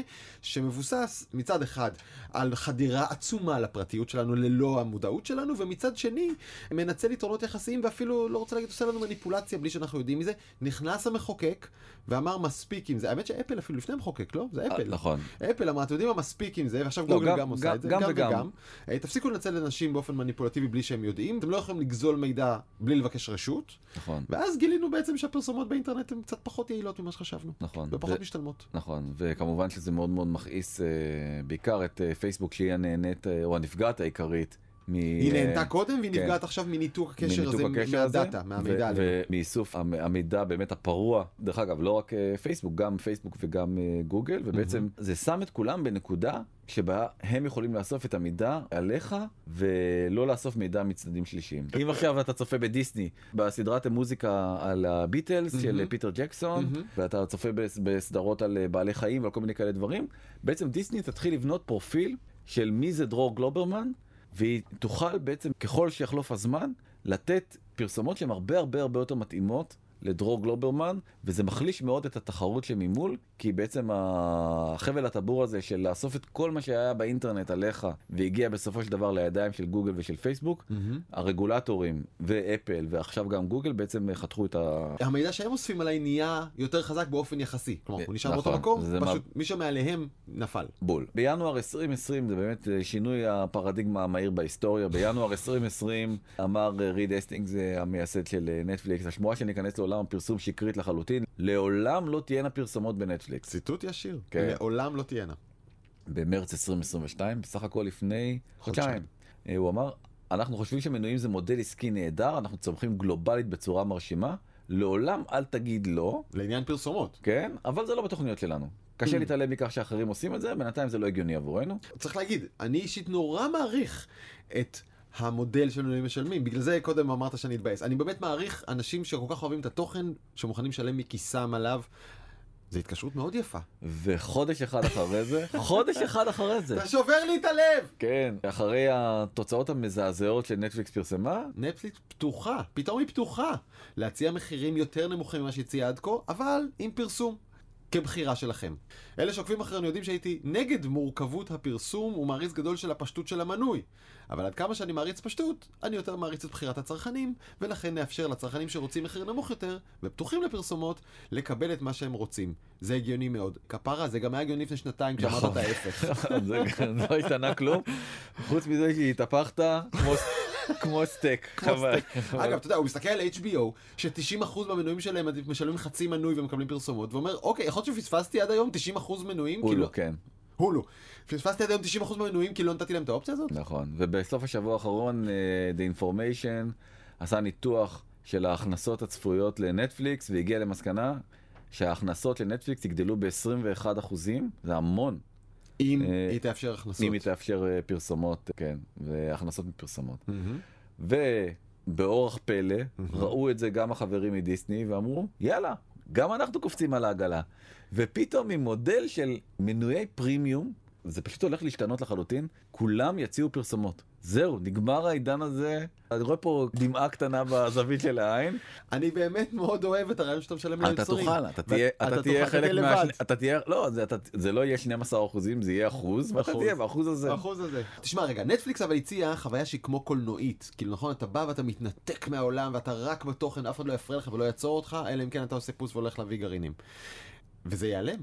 Speaker 1: שמבוסס מצד אחד על חדירה עצומה לפרטיות שלנו ללא המודעות שלנו, ומצד שני מנצל יתרונות יחסיים ואפילו, לא רוצה להגיד, עושה לנו מניפולציה בלי שאנחנו יודעים מזה. נכנס המחוקק ואמר מספיק עם זה. האמת שאפל אפילו לפני המחוקק, לא? זה אפל.
Speaker 2: נכון.
Speaker 1: אפל אמרה, אתם יודעים מה מספיק עם זה, ועכשיו
Speaker 2: לא,
Speaker 1: גוגל
Speaker 2: גם-
Speaker 1: גם עושה
Speaker 2: גם-
Speaker 1: את זה,
Speaker 2: גם וגם.
Speaker 1: אה, תפסיקו לנצל אנשים באופן מניפולטיבי בלי שהם יודעים, אתם לא יכולים לגזול מידע בלי לבקש רשות,
Speaker 2: נכון.
Speaker 1: ואז גילינו בעצם שהפרסומות באינטרנט הן קצת פחות יעילות ממה שחשבנו,
Speaker 2: נכון.
Speaker 1: ופחות
Speaker 2: ו-
Speaker 1: משתלמות.
Speaker 2: נכון, וכמובן שזה מאוד מאוד מכעיס אה, בעיקר את אה, פייסבוק שהיא הנהנית אה, או הנפגעת העיקרית. מ-
Speaker 1: היא
Speaker 2: אה,
Speaker 1: נהנתה קודם והיא
Speaker 2: כן.
Speaker 1: נפגעת עכשיו מניתוק הקשר
Speaker 2: מניתוק
Speaker 1: הזה,
Speaker 2: הקשר הזה,
Speaker 1: מהדאטה, מהמידע. עליהם.
Speaker 2: ו- ומאיסוף המ- המידע באמת הפרוע, דרך אגב, לא רק אה, פייסבוק, גם פייסבוק וגם אה, גוגל, ובעצם זה שם את כולם בנקודה שבה הם יכולים לאסוף את המידע עליך ולא לאסוף מידע מצדדים שלישיים. אם עכשיו אתה צופה בדיסני, בסדרת המוזיקה על הביטלס של
Speaker 1: מהמם.
Speaker 2: פיטר ג'קסון,
Speaker 1: מהמם.
Speaker 2: ואתה צופה בס- בסדרות על אה, בעלי חיים ועל כל מיני כאלה דברים, בעצם דיסני תתחיל לבנות פרופיל של מי זה דרור גלוברמן, והיא תוכל בעצם, ככל שיחלוף הזמן, לתת פרסומות שהן הרבה הרבה הרבה יותר מתאימות לדרור גלוברמן, וזה מחליש מאוד את התחרות שממול, כי בעצם החבל הטבור הזה של לאסוף את כל מה שהיה באינטרנט עליך, והגיע בסופו של דבר לידיים של גוגל ושל פייסבוק,
Speaker 1: מהמם.
Speaker 2: הרגולטורים ואפל ועכשיו גם גוגל בעצם אה, חתכו את ה...
Speaker 1: המידע שהם אוספים עליי נהיה יותר חזק באופן יחסי. כלומר,
Speaker 2: אה,
Speaker 1: הוא נשאר באותו
Speaker 2: נכון,
Speaker 1: מקום,
Speaker 2: זה מה-
Speaker 1: פשוט מי שמעליהם נפל.
Speaker 2: בול. בינואר 2020 זה באמת אה, שינוי הפרדיגמה המהיר בהיסטוריה. בינואר 2020 אמר אה, ריד הסטינגס, אה, המייסד של אה, נטפליקס, השמועה שניכנס לעולם הפרסום שקרית לחלוטין, לעולם לא תהיינה פרסומות בנטפליקס.
Speaker 1: ציטוט ישיר,
Speaker 2: כן.
Speaker 1: לעולם לא תהיינה.
Speaker 2: במרץ 2022, בסך הכל לפני
Speaker 1: חודשיים.
Speaker 2: חודשיים. אה, הוא אמר, אנחנו חושבים שמנויים זה מודל עסקי נהדר, אנחנו צומחים גלובלית בצורה מרשימה, לעולם אל תגיד לא,
Speaker 1: לעניין פרסומות.
Speaker 2: כן? אבל זה לא בתוכניות שלנו. קשה להתעלם מכך שאחרים עושים את זה, בינתיים זה לא הגיוני עבורנו.
Speaker 1: צריך להגיד, אני אישית נורא מעריך את המודל של מנויים משלמים. בגלל זה קודם אמרת שאני אתבאס. אני באמת מעריך אנשים שכל כך אוהבים את התוכן, שמוכנים לשלם מכיסם עליו. זו התקשרות מאוד יפה.
Speaker 2: וחודש אחד אחרי זה, [LAUGHS] חודש אחד אחרי זה,
Speaker 1: אתה שובר לי את הלב!
Speaker 2: כן, אחרי התוצאות המזעזעות שנטפליקס פרסמה, [LAUGHS]
Speaker 1: נטפליקס פתוחה, פתאום היא פתוחה. להציע מחירים יותר נמוכים ממה שהציעה עד כה, אבל עם פרסום. כבחירה שלכם. אלה שעוקבים אחרינו יודעים שהייתי נגד מורכבות הפרסום ומעריץ גדול של הפשטות של המנוי. אבל עד כמה שאני מעריץ פשטות, אני יותר מעריץ את בחירת הצרכנים, ולכן נאפשר לצרכנים שרוצים מחיר נמוך יותר, ופתוחים לפרסומות, לקבל את מה שהם רוצים. זה הגיוני מאוד. כפרה, זה גם היה הגיוני לפני שנתיים כשאמרת
Speaker 2: נכון.
Speaker 1: את ההפך.
Speaker 2: זה לא השתנה כלום, חוץ מזה שהתהפכת כמו ס- כמו סטייק. חבל.
Speaker 1: אגב, אתה יודע, הוא מסתכל על HBO, ש-90% מהמנויים שלהם משלמים חצי מנוי ומקבלים פרסומות, ואומר, אוקיי, יכול להיות שפספסתי עד היום 90% מנויים,
Speaker 2: הוא
Speaker 1: כי
Speaker 2: לא,
Speaker 1: לא-
Speaker 2: כן,
Speaker 1: הולו. פספסתי עד היום 90% מהמנויים כי לא נתתי להם את האופציה הזאת?
Speaker 2: נכון. ובסוף השבוע האחרון, אה, The Information עשה ניתוח של ההכנסות הצפויות לנטפליקס, והגיע למסקנה שההכנסות לנטפליקס יגדלו ב-21 אחוזים, זה המון.
Speaker 1: אם
Speaker 2: אה,
Speaker 1: היא תאפשר הכנסות.
Speaker 2: אם היא תאפשר אה, פרסומות, כן, והכנסות מפרסומות.
Speaker 1: מהמם.
Speaker 2: ובאורח פלא, ראו את זה גם החברים מדיסני ואמרו, יאללה, גם אנחנו קופצים על העגלה. ופתאום עם מודל של מנויי פרימיום, זה פשוט הולך להשתנות לחלוטין, כולם יציעו פרסומות. זהו, נגמר העידן הזה. אני רואה פה דמעה קטנה בזווית
Speaker 1: [LAUGHS]
Speaker 2: של העין.
Speaker 1: אני באמת מאוד אוהב את הרעיון שאתה משלם
Speaker 2: אתה
Speaker 1: ליוצרים.
Speaker 2: תוכל, אתה תהיה,
Speaker 1: ואתה
Speaker 2: אתה תהיה
Speaker 1: תוכל,
Speaker 2: חלק
Speaker 1: תהיה
Speaker 2: מה...
Speaker 1: לבד.
Speaker 2: אתה תהיה, לא, זה- אתה- זה לא יהיה 12 אחוזים, זה יהיה אחוז, ואתה
Speaker 1: אחוז.
Speaker 2: תהיה באחוז הזה.
Speaker 1: האחוז הזה. תשמע רגע, נטפליקס אבל הציעה חוויה שהיא כמו קולנועית. כאילו נכון, אתה בא ואתה מתנתק מהעולם ואתה רק בתוכן, אף אחד לא יפריע לך ולא יעצור אותך, אלא אם כן אתה עושה פוס והולך להביא גרעינים. וזה ייעלם.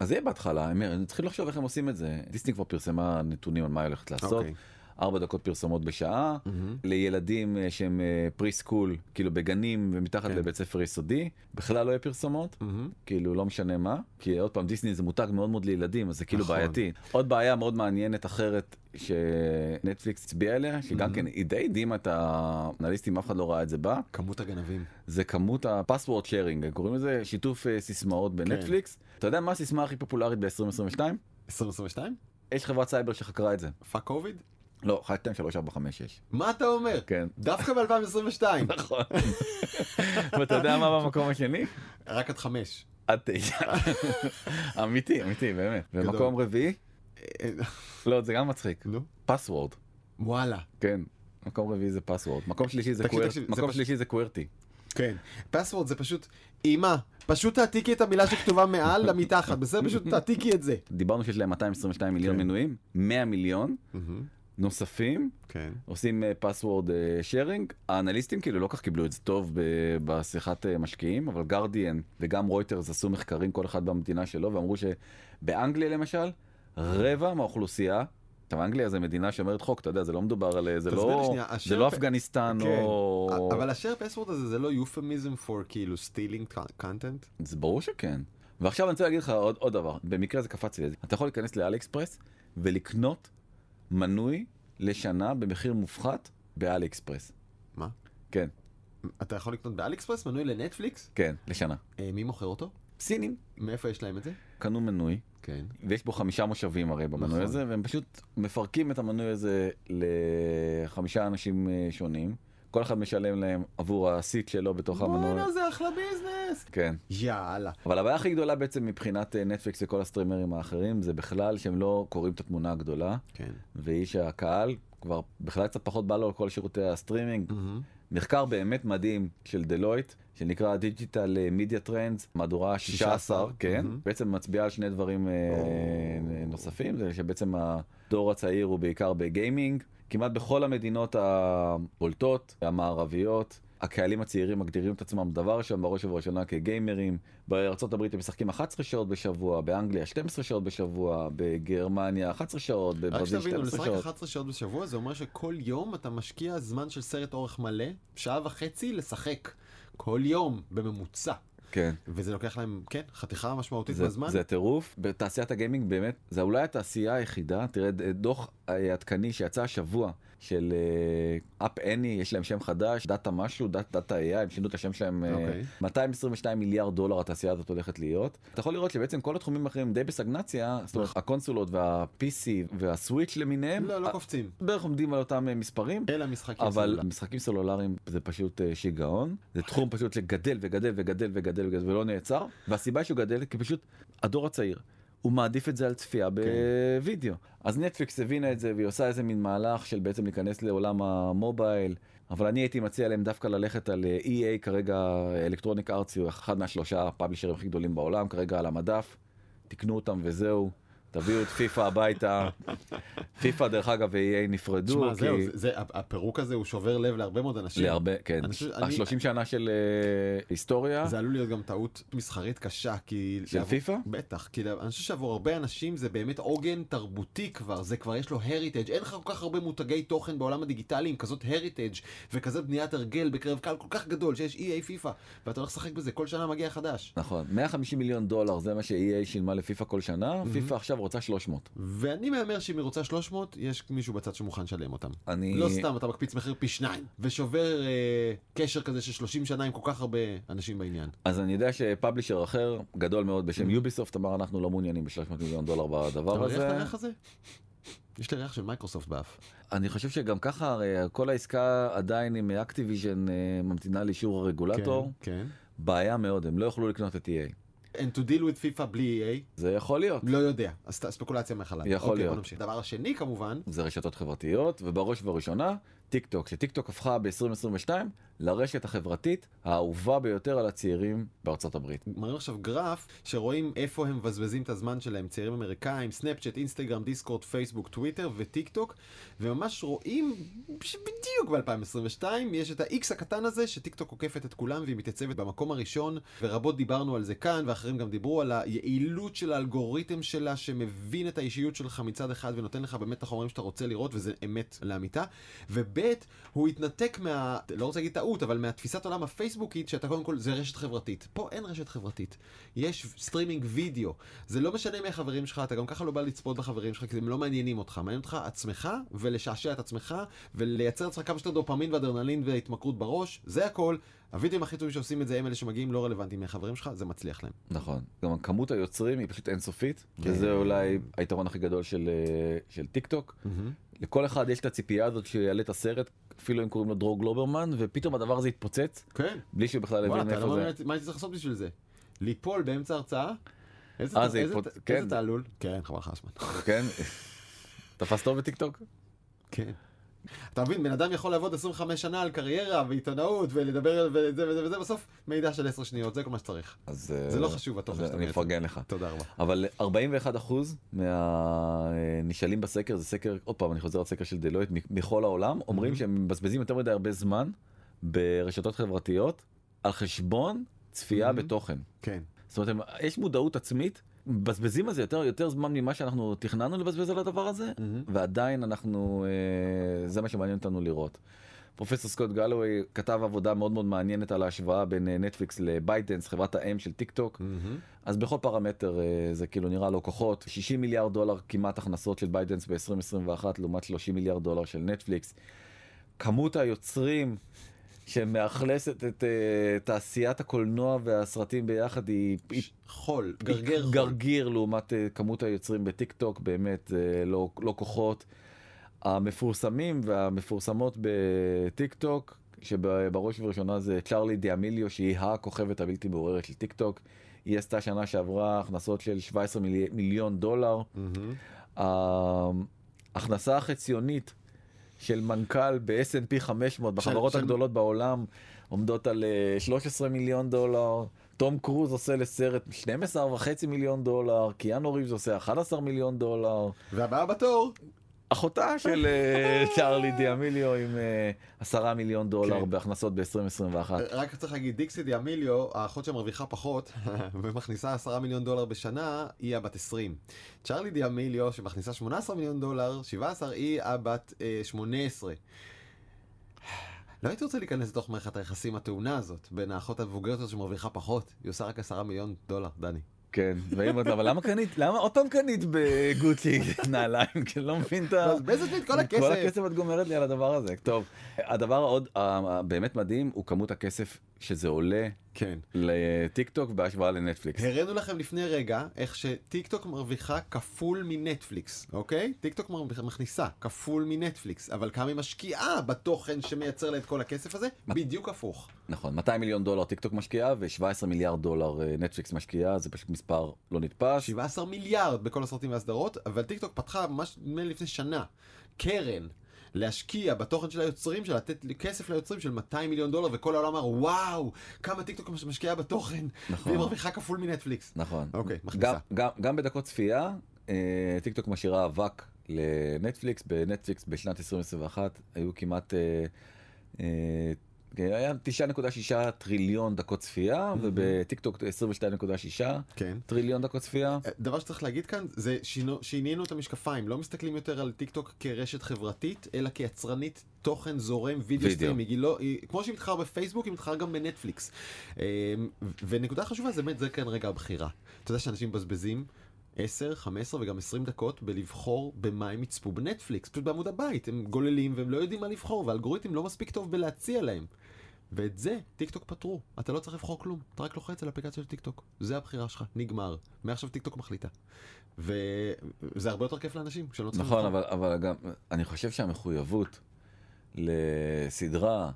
Speaker 2: אז זה יהיה בהתחלה, הם- הם צריכים לחשוב איך הם עושים את זה. דיסני כבר פרסמה נתונים על מה היא הולכת לעשות,
Speaker 1: אוקיי.
Speaker 2: ארבע דקות פרסומות בשעה, לילדים אה, שהם פרי סקול, כאילו בגנים ומתחת
Speaker 1: כן.
Speaker 2: לבית ספר יסודי, בכלל לא יהיה פרסומות,
Speaker 1: מהמם.
Speaker 2: כאילו לא משנה מה, כי עוד פעם דיסני זה מותג מאוד מאוד לילדים, אז זה כאילו
Speaker 1: נכון.
Speaker 2: בעייתי. עוד בעיה מאוד מעניינת אחרת שנטפליקס הצביע עליה, שגם
Speaker 1: Mhm.
Speaker 2: כן היא די הדהימה את האנליסטים, אף אחד לא ראה את זה בה,
Speaker 1: כמות הגנבים.
Speaker 2: זה כמות ה-password sharing, הם קוראים לזה שיתוף אה, סיסמאות בנטפליקס.
Speaker 1: כן.
Speaker 2: אתה יודע מה הסיסמה הכי פופולרית ב-2022?
Speaker 1: 2022?
Speaker 2: יש חברת סייבר שחקרה את זה.
Speaker 1: פאק קוביד?
Speaker 2: לא, 1, 2, 3, 4, 5, 6.
Speaker 1: מה אתה אומר?
Speaker 2: כן.
Speaker 1: דווקא ב-2022, [LAUGHS]
Speaker 2: נכון. ואתה יודע מה במקום השני?
Speaker 1: רק עד [LAUGHS] חמש.
Speaker 2: עד תשע. אה, [LAUGHS] אמיתי, אמיתי, באמת.
Speaker 1: גדול.
Speaker 2: ומקום רביעי?
Speaker 1: אה,
Speaker 2: לא, זה גם מצחיק.
Speaker 1: נו.
Speaker 2: פסוורד.
Speaker 1: וואלה.
Speaker 2: כן. מקום רביעי זה פסוורד, מקום שלישי זה
Speaker 1: אה, תקשיב,
Speaker 2: קוורטי,
Speaker 1: תקשיב, זה
Speaker 2: מקום
Speaker 1: פשוט-
Speaker 2: שלישי זה קוורטי.
Speaker 1: כן. פסוורד זה פשוט, אימא, פשוט תעתיקי את המילה שכתובה מעל למתחת, בסדר? [LAUGHS] פשוט תעתיקי את זה.
Speaker 2: דיברנו שיש להם 222 מיליון
Speaker 1: כן.
Speaker 2: מנויים, 100 מיליון נוספים
Speaker 1: Mm-hmm. כן.
Speaker 2: עושים אה, פסוורד שיירינג. האנליסטים כאילו לא כך קיבלו את זה טוב ב- בשיחת אה, משקיעים, אבל גרדיאן וגם רויטרס עשו מחקרים כל אחד במדינה שלו, ואמרו שבאנגליה למשל, רבע מהאוכלוסייה, עכשיו אנגליה זה מדינה שומרת חוק, אתה יודע, זה לא מדובר על, אה, זה
Speaker 1: תסביר לי
Speaker 2: לא,
Speaker 1: שנייה,
Speaker 2: זה
Speaker 1: אשר
Speaker 2: לא
Speaker 1: פ-
Speaker 2: אפגניסטן
Speaker 1: כן.
Speaker 2: או...
Speaker 1: אבל השאר פסוורד הזה זה לא יופמיזם for כאילו stealing content?
Speaker 2: זה ברור שכן. ועכשיו אני רוצה להגיד לך עוד, עוד דבר, במקרה זה קפץ לי, אתה יכול להיכנס לאלי אקספרס ולקנות מנוי לשנה במחיר מופחת באלי אקספרס.
Speaker 1: מה?
Speaker 2: כן,
Speaker 1: אתה יכול לקנות באליקספרס מנוי לנטפליקס?
Speaker 2: כן, לשנה.
Speaker 1: אה, מי מוכר אותו?
Speaker 2: סינים
Speaker 1: מאיפה יש להם את זה?
Speaker 2: קנו מנוי,
Speaker 1: כן.
Speaker 2: ויש בו חמישה מושבים הרי במנוי
Speaker 1: נכון.
Speaker 2: הזה, והם פשוט מפרקים את המנוי הזה לחמישה אנשים אה, שונים, כל אחד משלם להם עבור הסיט שלו בתוך המנוי.
Speaker 1: בואנה, זה אחלה ביזנס!
Speaker 2: כן.
Speaker 1: יאללה.
Speaker 2: אבל הבעיה הכי גדולה בעצם מבחינת אה, נטפליקס וכל הסטרימרים האחרים זה בכלל שהם לא קוראים את התמונה הגדולה
Speaker 1: כן.
Speaker 2: והיא שהקהל כבר בכלל קצת פחות בא לו על כל שירותי הסטרימינג.
Speaker 1: Mm-hmm.
Speaker 2: מחקר באמת מדהים של דלויט שנקרא דיגיטל מידיה טרנדס מהדורה 16
Speaker 1: 16,
Speaker 2: כן
Speaker 1: מהמם.
Speaker 2: בעצם מצביעה על שני דברים אה,
Speaker 1: או.
Speaker 2: נוספים זה שבעצם הדור הצעיר הוא בעיקר בגיימינג כמעט בכל המדינות הבולטות המערביות. הקהלים הצעירים מגדירים את עצמם דבר ראשון בראש ובראשונה כגיימרים. בארה"ב הם משחקים 11 שעות בשבוע, באנגליה 12 שעות בשבוע, בגרמניה 11 שעות,
Speaker 1: רק
Speaker 2: בברזיל
Speaker 1: שתבינו,
Speaker 2: 12
Speaker 1: לשחק
Speaker 2: שעות.
Speaker 1: 11 שעות בשבוע זה אומר שכל יום אתה משקיע זמן של סרט אורך מלא, שעה וחצי לשחק. כל יום, בממוצע.
Speaker 2: כן.
Speaker 1: וזה לוקח להם, כן, חתיכה משמעותית
Speaker 2: זה,
Speaker 1: בזמן.
Speaker 2: זה טירוף. בתעשיית הגיימינג באמת, זה אולי התעשייה היחידה, תראה, ד- דוח אה, עדכני שיצא השבוע של אפ אני, יש להם שם חדש, דאטה משהו, דאט- דאטה AI, הם שינו את השם שלהם, אה,
Speaker 1: אוקיי.
Speaker 2: 222 מיליארד דולר התעשייה הזאת הולכת להיות. אתה יכול לראות שבעצם כל התחומים האחרים די בסגנציה, זאת אומרת, הקונסולות וה-PC והסוויץ' למיניהם,
Speaker 1: נכון. לא, לא
Speaker 2: אה,
Speaker 1: קופצים.
Speaker 2: בערך עומדים על אותם אה, מספרים.
Speaker 1: אלא משחקים
Speaker 2: אבל
Speaker 1: סלולה.
Speaker 2: משחקים סלולריים זה פשוט אה, שיגעון זה תחום פשוט שגדל וגדל וגדל וגדל וגדל ולא נעצר והסיבה שהוא גדל כי פשוט הדור הצעיר. הוא מעדיף את זה על צפייה
Speaker 1: כן.
Speaker 2: בווידאו. אז נטפליקס הבינה את זה והיא עושה איזה מין מהלך של בעצם להיכנס לעולם המובייל, אבל אני הייתי מציע להם דווקא ללכת על אה, EA כרגע, אלקטרוניק ארצי הוא אחד מהשלושה הפאבלישרים הכי גדולים בעולם, כרגע על המדף, תקנו אותם וזהו, תביאו את פיפא
Speaker 1: [LAUGHS]
Speaker 2: הביתה. פיפא דרך אגב ו-EA נפרדו.
Speaker 1: תשמע,
Speaker 2: כי-
Speaker 1: זהו, זה- זה- הפירוק הזה הוא שובר לב להרבה מאוד אנשים.
Speaker 2: להרבה, כן.
Speaker 1: אני חושב- אני-
Speaker 2: ה-30 שנה של אה, היסטוריה,
Speaker 1: זה עלול להיות גם טעות מסחרית קשה, כי...
Speaker 2: של
Speaker 1: לעבור-
Speaker 2: פיפא?
Speaker 1: בטח, כי לה- אני חושב שעבור הרבה אנשים זה באמת עוגן תרבותי כבר, זה כבר יש לו heritage, אין לך כל כך הרבה מותגי תוכן בעולם הדיגיטלי עם כזאת heritage וכזה בניית הרגל בקרב קהל כל כך גדול שיש EA פיפא, ואתה הולך לשחק בזה, כל שנה מגיע חדש.
Speaker 2: נכון, 150 מיליון דולר זה מה ש-EA שילמה לפיפא כל שנה, פיפא עכשיו רוצה 300.
Speaker 1: ואני מהמר שאם היא רוצה 300, יש מישהו בצד שמוכן לשלם אותם.
Speaker 2: אני...
Speaker 1: לא סתם, אתה מקפיץ מחיר פי שניים, ושובר אה, קשר כזה של 30 שנה עם כל כך הרבה אנשים בעניין.
Speaker 2: אז אני יודע שפאבלישר אחר, גדול מאוד בשם יוביסופט, אמר אנחנו לא מעוניינים ב-300 מיליון דולר
Speaker 1: אתה
Speaker 2: בדבר
Speaker 1: מריח את
Speaker 2: הזה.
Speaker 1: הריח הזה? יש לי ריח של מייקרוסופט באף.
Speaker 2: אני חושב שגם ככה הרי כל העסקה עדיין עם אקטיביז'ן אה, ממתינה לאישור הרגולטור.
Speaker 1: כן.
Speaker 2: בעיה מאוד, הם לא יוכלו לקנות את EA.
Speaker 1: And to deal with FIFA בלי E EA?
Speaker 2: זה יכול להיות.
Speaker 1: לא יודע, אז ת- ספקולציה מהחלל.
Speaker 2: יכול
Speaker 1: אוקיי, בוא
Speaker 2: להיות.
Speaker 1: נמשיך. דבר השני כמובן,
Speaker 2: זה רשתות חברתיות, ובראש ובראשונה, טיק טוק, שטיק טוק הפכה ב-2022 לרשת החברתית האהובה ביותר על הצעירים בארצות הברית.
Speaker 1: מראים עכשיו גרף שרואים איפה הם מבזבזים את הזמן שלהם, צעירים אמריקאים, סנאפצ'אט, אינסטגרם, דיסקורד, פייסבוק, טוויטר וטיק טוק, וממש רואים שבדיוק ב-2022 יש את ה-X הקטן הזה שטיק טוק עוקפת את כולם והיא מתייצבת במקום הראשון, ורבות דיברנו על זה כאן, ואחרים גם דיברו על היעילות של האלגוריתם שלה, שמבין את האישיות שלך מצד אחד ונותן לך באמת את החומרים שאתה רוצה לראות, וזה אמת לאמיתה, וב' הוא התנתק מה... לא רוצה להגיד טעות, אבל מהתפיסת עולם הפייסבוקית, שאתה קודם כל, זה רשת חברתית. פה אין רשת חברתית. יש סטרימינג וידאו. זה לא משנה מי החברים שלך, אתה גם ככה לא בא לצפות בחברים שלך, כי הם לא מעניינים אותך. מעניין אותך עצמך, ולשעשע את עצמך, ולייצר לעצמך כמה שיותר דופמין ואדרנלין והתמכרות בראש, זה הכל. הוידאוים הכי טובים שעושים את זה הם אלה שמגיעים לא רלוונטיים מהחברים שלך, זה מצליח להם.
Speaker 2: נכון. גם כמות היוצרים היא פשוט אינסופית,
Speaker 1: כן.
Speaker 2: וזה אולי היתרון הכי גדול של, אה, של טיק טוק. לכל אחד יש את הציפייה הזאת שיעלה את הסרט, אפילו אם קוראים לו דרור גלוברמן, ופתאום הדבר הזה יתפוצץ,
Speaker 1: כן.
Speaker 2: בלי שהוא בכלל
Speaker 1: וואלה,
Speaker 2: הבין
Speaker 1: אתה לא
Speaker 2: איפה זה.
Speaker 1: מאמין מה הייתי צריך לעשות בשביל זה. ליפול באמצע הרצאה? איזה
Speaker 2: אה, זה
Speaker 1: איזה-
Speaker 2: יפות- כן.
Speaker 1: איזה תעלול. כן, חבל לך על הזמן.
Speaker 2: כן? תפס טוב בטיק טוק?
Speaker 1: [LAUGHS] כן. אתה מבין, בן אדם יכול לעבוד 25 שנה על קריירה ועיתונאות ולדבר על זה וזה וזה, בסוף מידע של 10 שניות, זה כל מה שצריך.
Speaker 2: אז...
Speaker 1: זה
Speaker 2: אה,
Speaker 1: לא חשוב התוכן
Speaker 2: אז
Speaker 1: שאתה
Speaker 2: אני
Speaker 1: מייצר.
Speaker 2: מפרגן לך.
Speaker 1: תודה רבה.
Speaker 2: אבל 41 אחוז מהנשאלים בסקר, זה סקר, עוד פעם, אני חוזר על סקר של דלויט, מ- מכל העולם, אומרים
Speaker 1: Mhm.
Speaker 2: שהם מבזבזים יותר מדי הרבה זמן ברשתות חברתיות על חשבון צפייה
Speaker 1: Mhm.
Speaker 2: בתוכן.
Speaker 1: כן.
Speaker 2: זאת אומרת, הם- יש מודעות עצמית, מבזבזים על זה יותר, יותר זמן ממה שאנחנו תכננו לבזבז על הדבר הזה, ועדיין אנחנו, אה, זה מה שמעניין אותנו לראות. פרופסור סקוט גלווי כתב עבודה מאוד מאוד מעניינת על ההשוואה בין אה, נטפליקס לבייטנס, חברת האם של טיק טוק. אז בכל פרמטר אה, זה כאילו נראה לו כוחות. 60 מיליארד דולר כמעט הכנסות של ביידנס ב-2021 לעומת 30 מיליארד דולר של נטפליקס. כמות היוצרים שמאכלסת את אה, תעשיית הקולנוע והסרטים ביחד היא... היא-
Speaker 1: חול, גרגר
Speaker 2: היא
Speaker 1: חול.
Speaker 2: גרגיר לעומת אה, כמות היוצרים בטיק טוק, באמת אה, לא, לא כוחות. המפורסמים והמפורסמות בטיק טוק, שבראש ובראשונה זה צ'רלי דיאמיליו, שהיא הכוכבת הבלתי מעוררת של טיק טוק. היא עשתה שנה שעברה הכנסות של 17 מילי, מיליון דולר.
Speaker 1: מהמם.
Speaker 2: ההכנסה החציונית אמ, של מנכ"ל ב-S&P 500 בחברות
Speaker 1: של-
Speaker 2: הגדולות בעולם עומדות על אה, 13 מיליון דולר. תום קרוז עושה לסרט 12.5 מיליון דולר, קיאנו ריבס עושה 11 מיליון דולר.
Speaker 1: והבאה בתור.
Speaker 2: אחותה של אה, צ'ארלי דיאמיליו עם אה, 10 מיליון דולר
Speaker 1: כן. אה.
Speaker 2: בהכנסות ב-2021.
Speaker 1: רק צריך להגיד, דיקסי דיאמיליו, האחות שמרוויחה פחות [LAUGHS] ומכניסה 10 מיליון דולר בשנה, היא הבת 20. צ'רלי דיאמיליו, שמכניסה 18 מיליון דולר, 17, היא הבת אה, 18. לא הייתי רוצה להיכנס לתוך מערכת היחסים הטעונה הזאת, בין האחות המבוגרת הזאת שמרוויחה פחות, היא עושה רק 10 מיליון דולר, דני.
Speaker 2: כן, והיא אומרת, אבל למה קנית? למה עוד פעם קנית בגוצי נעליים? כי אני לא מבין את ה...
Speaker 1: אז באיזה זמן כל
Speaker 2: כל
Speaker 1: הכסף?
Speaker 2: הכסף את גומרת לי על הדבר הזה. טוב, הדבר העוד הבאמת מדהים הוא כמות הכסף שזה עולה
Speaker 1: כן.
Speaker 2: לטיק טוק בהשוואה לנטפליקס.
Speaker 1: הראינו לכם לפני רגע איך שטיק טוק מרוויחה כפול מנטפליקס, אוקיי? טיק טוק מרוויחה- מכניסה כפול מנטפליקס, אבל כמה היא משקיעה בתוכן שמייצר לה את כל הכסף הזה? בדיוק הפוך.
Speaker 2: נכון, 200 מיליון דולר טיק טוק משקיעה ו-17 מיליארד דולר אה, נטפליקס משקיעה, זה פשוט מספר לא נתפס.
Speaker 1: 17 מיליארד בכל הסרטים והסדרות, אבל טיק טוק פתחה ממש נדמה לי לפני שנה קרן להשקיע בתוכן של היוצרים שלה, לתת כסף ליוצרים של 200 מיליון דולר, וכל העולם אמר וואו, כמה טיק טוק מש- משקיעה בתוכן,
Speaker 2: נכון.
Speaker 1: והיא מרוויחה כפול מנטפליקס.
Speaker 2: נכון.
Speaker 1: אוקיי, מכניסה.
Speaker 2: גם, גם, גם בדקות צפייה, אה, טיק טוק משאירה אבק לנטפליקס, בנטפליקס בשנת 2021 היו כמעט, אה, אה, היה 9.6 טריליון דקות צפייה, ובטיק טוק 22.6
Speaker 1: כן.
Speaker 2: טריליון דקות צפייה.
Speaker 1: אה, דבר שצריך להגיד כאן זה שינו, שינינו את המשקפיים לא מסתכלים יותר על טיק טוק כרשת חברתית אלא כיצרנית תוכן זורם וידאו
Speaker 2: וידאו.
Speaker 1: סטרימינג היא לא היא, כמו שהיא מתחרה בפייסבוק היא מתחרה גם בנטפליקס. אה, ו- ונקודה חשובה זה באמת זה כאן רגע הבחירה. אתה יודע שאנשים מבזבזים 10, 15 וגם 20 דקות בלבחור במה הם יצפו בנטפליקס פשוט בעמוד הבית הם גוללים והם לא יודעים מה לבחור והאלגוריתם לא מספיק טוב בלהציע להם. ואת זה טיק טוק פתרו, אתה לא צריך לבחור כלום, אתה רק לוחץ על אפליקציה של טיק טוק, זה הבחירה שלך, נגמר, מעכשיו טיק טוק מחליטה. וזה הרבה יותר כיף לאנשים, שלא צריכים
Speaker 2: נכון,
Speaker 1: לבחור.
Speaker 2: אבל, אבל גם, אני חושב שהמחויבות לסדרה,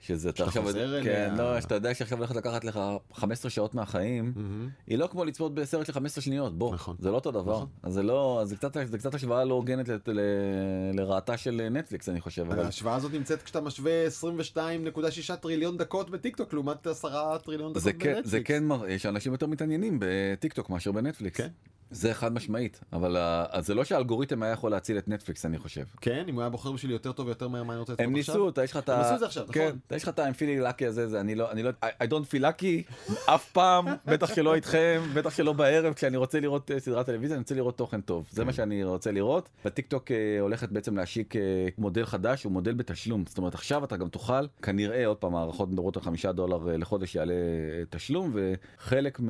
Speaker 2: שזה אתה
Speaker 1: שאתה
Speaker 2: עכשיו,
Speaker 1: חוזר
Speaker 2: כן,
Speaker 1: אליה.
Speaker 2: לא, שאתה יודע שעכשיו הולך לקחת לך 15 שעות מהחיים,
Speaker 1: מהמם.
Speaker 2: היא לא כמו לצפות בסרט של 15 שניות, בוא,
Speaker 1: Mm. נכון.
Speaker 2: זה לא אותו דבר.
Speaker 1: נכון.
Speaker 2: אז זה לא, אז זה קצת, זה קצת השוואה לא הוגנת לת- ל- לרעתה של נטפליקס, אני חושב. אבל...
Speaker 1: ההשוואה הזאת נמצאת כשאתה משווה 22.6 טריליון דקות בטיקטוק לעומת 10 טריליון דקות
Speaker 2: זה כן,
Speaker 1: לא בנטפליקס.
Speaker 2: זה כן מראה שאנשים יותר מתעניינים בטיקטוק מאשר בנטפליקס.
Speaker 1: כן.
Speaker 2: זה חד משמעית, אבל ה- אז זה לא שהאלגוריתם היה יכול להציל את נטפליקס, אני חושב.
Speaker 1: כן, אם הוא היה בוחר בשבילי יותר טוב ויותר מהר מה אני רוצה לצפות
Speaker 2: הם
Speaker 1: עכשיו.
Speaker 2: ניסו, אתה יש לך את ה...
Speaker 1: הם ניסו את זה עכשיו,
Speaker 2: כן,
Speaker 1: נכון.
Speaker 2: אתה יש לך את ה-I'm feeling lucky הזה, זה אני לא, אני לא, I I don't feel lucky, אף פעם, בטח שלא איתכם, בטח שלא בערב, כשאני רוצה לראות אה, סדרת טלוויזיה, אני רוצה לראות תוכן טוב, זה מה
Speaker 1: כן.
Speaker 2: שאני רוצה לראות. הטיקטוק אה, הולכת בעצם להשיק אה, מודל חדש, הוא מודל בתשלום, זאת אומרת עכשיו אתה גם תוכל, כנראה, עוד פעם, הערכות מדברות על חמישה דולר אה, לחודש יעלה אה, תשלום, וחלק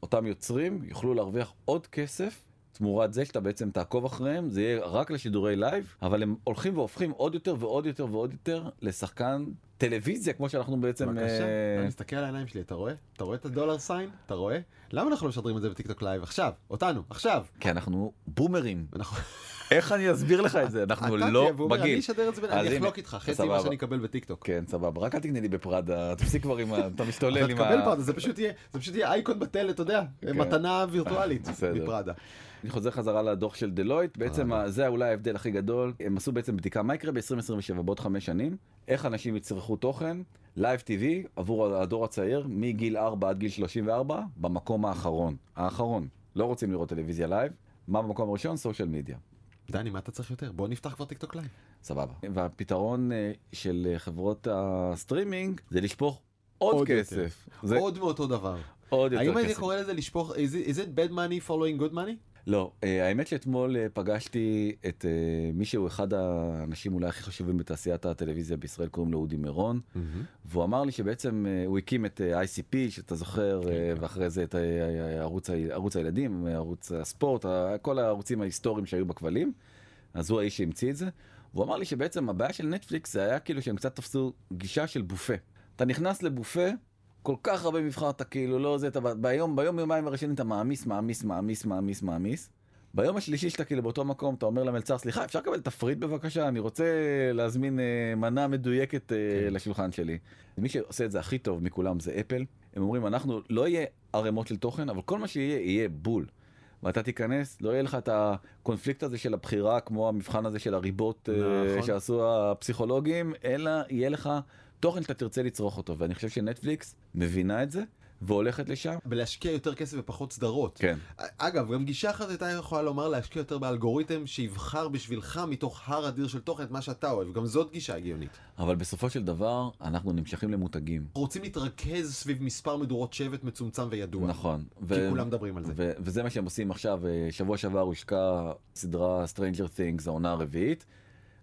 Speaker 2: מאותם יוצרים יוכלו להרוויח עוד כסף. תמורת זה שאתה בעצם תעקוב אחריהם, זה יהיה רק לשידורי לייב, אבל הם הולכים והופכים עוד יותר ועוד יותר ועוד יותר לשחקן טלוויזיה, כמו שאנחנו בעצם...
Speaker 1: בבקשה,
Speaker 2: אה,
Speaker 1: אני מסתכל על העיניים שלי, אתה רואה? אתה רואה את הדולר סיים? אתה רואה? למה אנחנו לא משדרים את זה בטיקטוק לייב עכשיו? אותנו, עכשיו.
Speaker 2: כי אנחנו בומרים.
Speaker 1: אנחנו-
Speaker 2: איך אני אסביר לך את זה? אנחנו
Speaker 1: אתה
Speaker 2: לא
Speaker 1: תהיה בומר, אני
Speaker 2: בגיל.
Speaker 1: אשדר את זה, בין-
Speaker 2: אז
Speaker 1: אני
Speaker 2: הנה,
Speaker 1: אחלוק איתך, חצי
Speaker 2: סבבה.
Speaker 1: ממה שאני אקבל בטיקטוק.
Speaker 2: כן, סבבה, רק אל תקנה לי בפראדה, תפסיק כבר עם ה... אתה משתולל
Speaker 1: אתה
Speaker 2: עם ה...
Speaker 1: תקבל פראדה, זה פשוט יהיה, זה פשוט יהיה אייקון בטל, אתה יודע,
Speaker 2: כן. אה,
Speaker 1: מתנה וירטואלית
Speaker 2: בסדר.
Speaker 1: מפראדה.
Speaker 2: אני חוזר חזרה לדוח של דלויט, בעצם
Speaker 1: אה.
Speaker 2: ה- זה אולי ההבדל הכי גדול, הם עשו בעצם בדיקה מה יקרה ב-2027, בעוד חמש שנים, איך אנשים יצרכו תוכן, לייב טיווי עבור הדור הצעיר, מגיל 4 עד גיל 34, במקום האחרון, האחרון, לא רוצים לראות טלוויזיה לייב, מה במקום הראשון? סושיאל מדיה.
Speaker 1: דני, מה אתה צריך יותר? בוא נפתח כבר טיקטוק לייב.
Speaker 2: סבבה. והפתרון אה, של אה, חברות הסטרימינג זה לשפוך עוד,
Speaker 1: עוד
Speaker 2: כסף. זה עוד,
Speaker 1: עוד מאותו דבר.
Speaker 2: עוד יותר
Speaker 1: האם הייתי
Speaker 2: כסף.
Speaker 1: קורא לזה לשפוך, is it- is it bad money following good money?
Speaker 2: לא, אה, האמת שאתמול אה, פגשתי את אה, מי שהוא אחד האנשים אולי הכי חשובים בתעשיית הטלוויזיה בישראל, קוראים לו אודי מירון, והוא אמר לי שבעצם אה, הוא הקים את אה, ICP, שאתה זוכר, אה,
Speaker 1: כן, כן.
Speaker 2: ואחרי זה את אה, אה, ערוץ, ה- ערוץ הילדים, אה, ערוץ הספורט, ה- כל הערוצים ההיסטוריים שהיו בכבלים, אז הוא האיש שהמציא את זה. והוא אמר לי שבעצם הבעיה של נטפליקס זה היה כאילו שהם קצת תפסו גישה של בופה. אתה נכנס לבופה, כל כך הרבה מבחר, אתה כאילו לא זה, אתה ב- ביום, ביום יומיים הראשונים אתה מעמיס, מעמיס, מעמיס, מעמיס, מעמיס. ביום השלישי שאתה כאילו באותו מקום, אתה אומר למלצר, סליחה, אפשר לקבל תפריט בבקשה? אני רוצה להזמין אה, מנה מדויקת אה,
Speaker 1: כן.
Speaker 2: לשולחן שלי. מי שעושה את זה הכי טוב מכולם זה אפל. הם אומרים, אנחנו, לא יהיה ערימות של תוכן, אבל כל מה שיהיה, יהיה בול. ואתה תיכנס, לא יהיה לך את הקונפליקט הזה של הבחירה, כמו המבחן הזה של הריבות אה,
Speaker 1: נכון.
Speaker 2: שעשו הפסיכולוגים, אלא יהיה לך תוכן שאתה תרצה לצרוך אותו. ואני חושב שנטפליקס מבינה את זה, והולכת לשם.
Speaker 1: בלהשקיע יותר כסף ופחות סדרות. אה,
Speaker 2: כן.
Speaker 1: אגב, גם גישה אחת הייתה יכולה לומר להשקיע יותר באלגוריתם שיבחר בשבילך מתוך הר אדיר של תוכן את מה שאתה אוהב. גם זאת גישה הגיונית.
Speaker 2: אבל בסופו של דבר, אנחנו נמשכים למותגים.
Speaker 1: אנחנו רוצים להתרכז סביב מספר מדורות שבט מצומצם וידוע.
Speaker 2: נכון.
Speaker 1: כי כולם מדברים על זה.
Speaker 2: ו- וזה מה שהם עושים עכשיו, אה, שבוע שעבר הושקה סדרה Stranger Things, העונה הרביעית,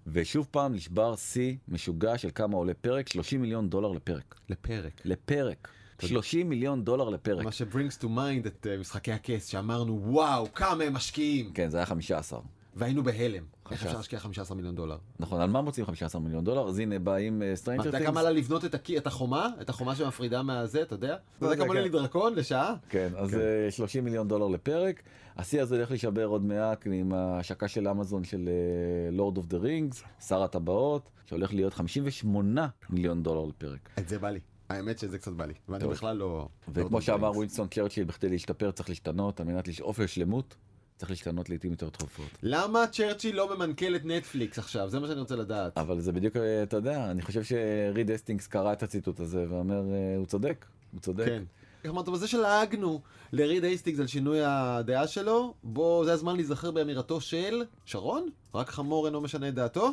Speaker 2: ושוב פעם נשבר שיא משוגע של כמה עולה פרק, 30 מיליון דולר לפרק.
Speaker 1: לפרק.
Speaker 2: לפרק. 30 מיליון דולר לפרק.
Speaker 1: מה שברינגס טו מיינד את אה, משחקי הכס, שאמרנו, וואו, כמה הם משקיעים!
Speaker 2: כן, זה היה 15.
Speaker 1: והיינו בהלם. איך
Speaker 2: חמישה
Speaker 1: אפשר
Speaker 2: עשר.
Speaker 1: להשקיע 15 מיליון דולר?
Speaker 2: נכון, על מה מוצאים 15 מיליון דולר? אז הנה באים אה,
Speaker 1: מה,
Speaker 2: Stranger
Speaker 1: אתה יודע
Speaker 2: Things.
Speaker 1: כמה עלה לבנות את הקי- את החומה? את החומה שמפרידה מהזה, אתה יודע? אתה יודע
Speaker 2: יודע,
Speaker 1: כמה עולה
Speaker 2: כן.
Speaker 1: לי דרקון לשעה?
Speaker 2: כן, אז
Speaker 1: כן.
Speaker 2: אה, 30 מיליון דולר לפרק. השיא הזה הולך להישבר עוד מעט עם ההשקה של אמזון של אה, לורד אוף דה רינגס, שר הטבעות, שהולך להיות 58 מיליון דולר לפרק.
Speaker 1: את זה בא לי. האמת שזה קצת בא לי. ואני
Speaker 2: טוב.
Speaker 1: בכלל לא...
Speaker 2: וכמו
Speaker 1: לא
Speaker 2: שאמר
Speaker 1: ברינגס.
Speaker 2: ווינסטון צ'רצ'יל, בכדי להשתפר צריך להשתנות, על מנת לשאוף לשלמות, צריך להשתנות לעיתים יותר תכופות.
Speaker 1: למה צ'רצ'יל לא ממנכ"ל את נטפליקס עכשיו? זה מה שאני רוצה לדעת.
Speaker 2: אבל זה בדיוק, אה, אתה יודע, אני חושב שריד אסטינגס קרא את הציטוט הזה ואומר, אה, הוא צודק, הוא צודק.
Speaker 1: כן. איך אמרת, בזה שלעגנו לריד אייסטיקס על שינוי הדעה שלו, בוא, זה הזמן להיזכר באמירתו של שרון? רק חמור אינו משנה את דעתו?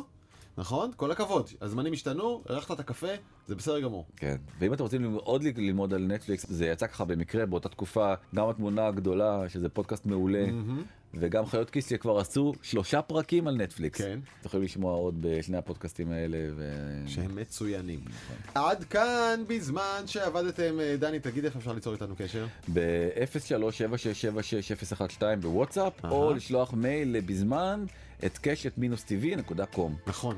Speaker 1: נכון? כל הכבוד. הזמנים השתנו, ארחת את הקפה, זה בסדר גמור.
Speaker 2: כן. ואם אתם רוצים ללמוד- עוד ל- ללמוד על נטפליקס, זה יצא ככה במקרה באותה תקופה, גם התמונה הגדולה, שזה פודקאסט מעולה,
Speaker 1: מהמם.
Speaker 2: וגם חיות כיס שכבר עשו שלושה פרקים על נטפליקס.
Speaker 1: כן.
Speaker 2: אתם יכולים לשמוע עוד בשני הפודקאסטים האלה. ו...
Speaker 1: שהם מצוינים. עד כאן בזמן שעבדתם, אה, דני, תגיד איך אפשר ליצור איתנו קשר.
Speaker 2: ב-03-7676012 בוואטסאפ,
Speaker 1: אהה.
Speaker 2: או לשלוח מייל לבזמן את קשת-tv.com.
Speaker 1: נכון.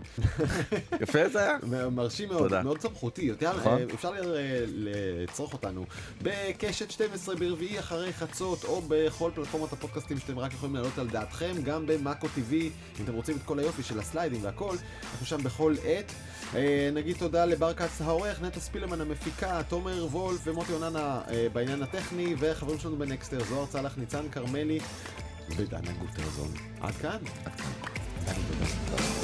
Speaker 2: יפה זה היה?
Speaker 1: מרשים מאוד,
Speaker 2: תודה.
Speaker 1: מאוד סמכותי, יותר,
Speaker 2: נכון.
Speaker 1: אה, אפשר אה, לצרוך אותנו בקשת 12 ברביעי אחרי חצות, או בכל פלטפורמת הפודקאסטים שאתם רק יכולים להעלות על דעתכם, גם במאקו TV, אם אתם רוצים את כל היופי של הסליידים והכל, אנחנו שם בכל עת. אה, נגיד תודה לבר כץ העורך, נטע ספילמן המפיקה, תומר וולף ומוטי אוננה אה, בעניין הטכני, והחברים שלנו בנקסטר, זוהר צלח, ניצן כרמלי ודנה גוטרזון. עד כאן. עד כאן. תודה.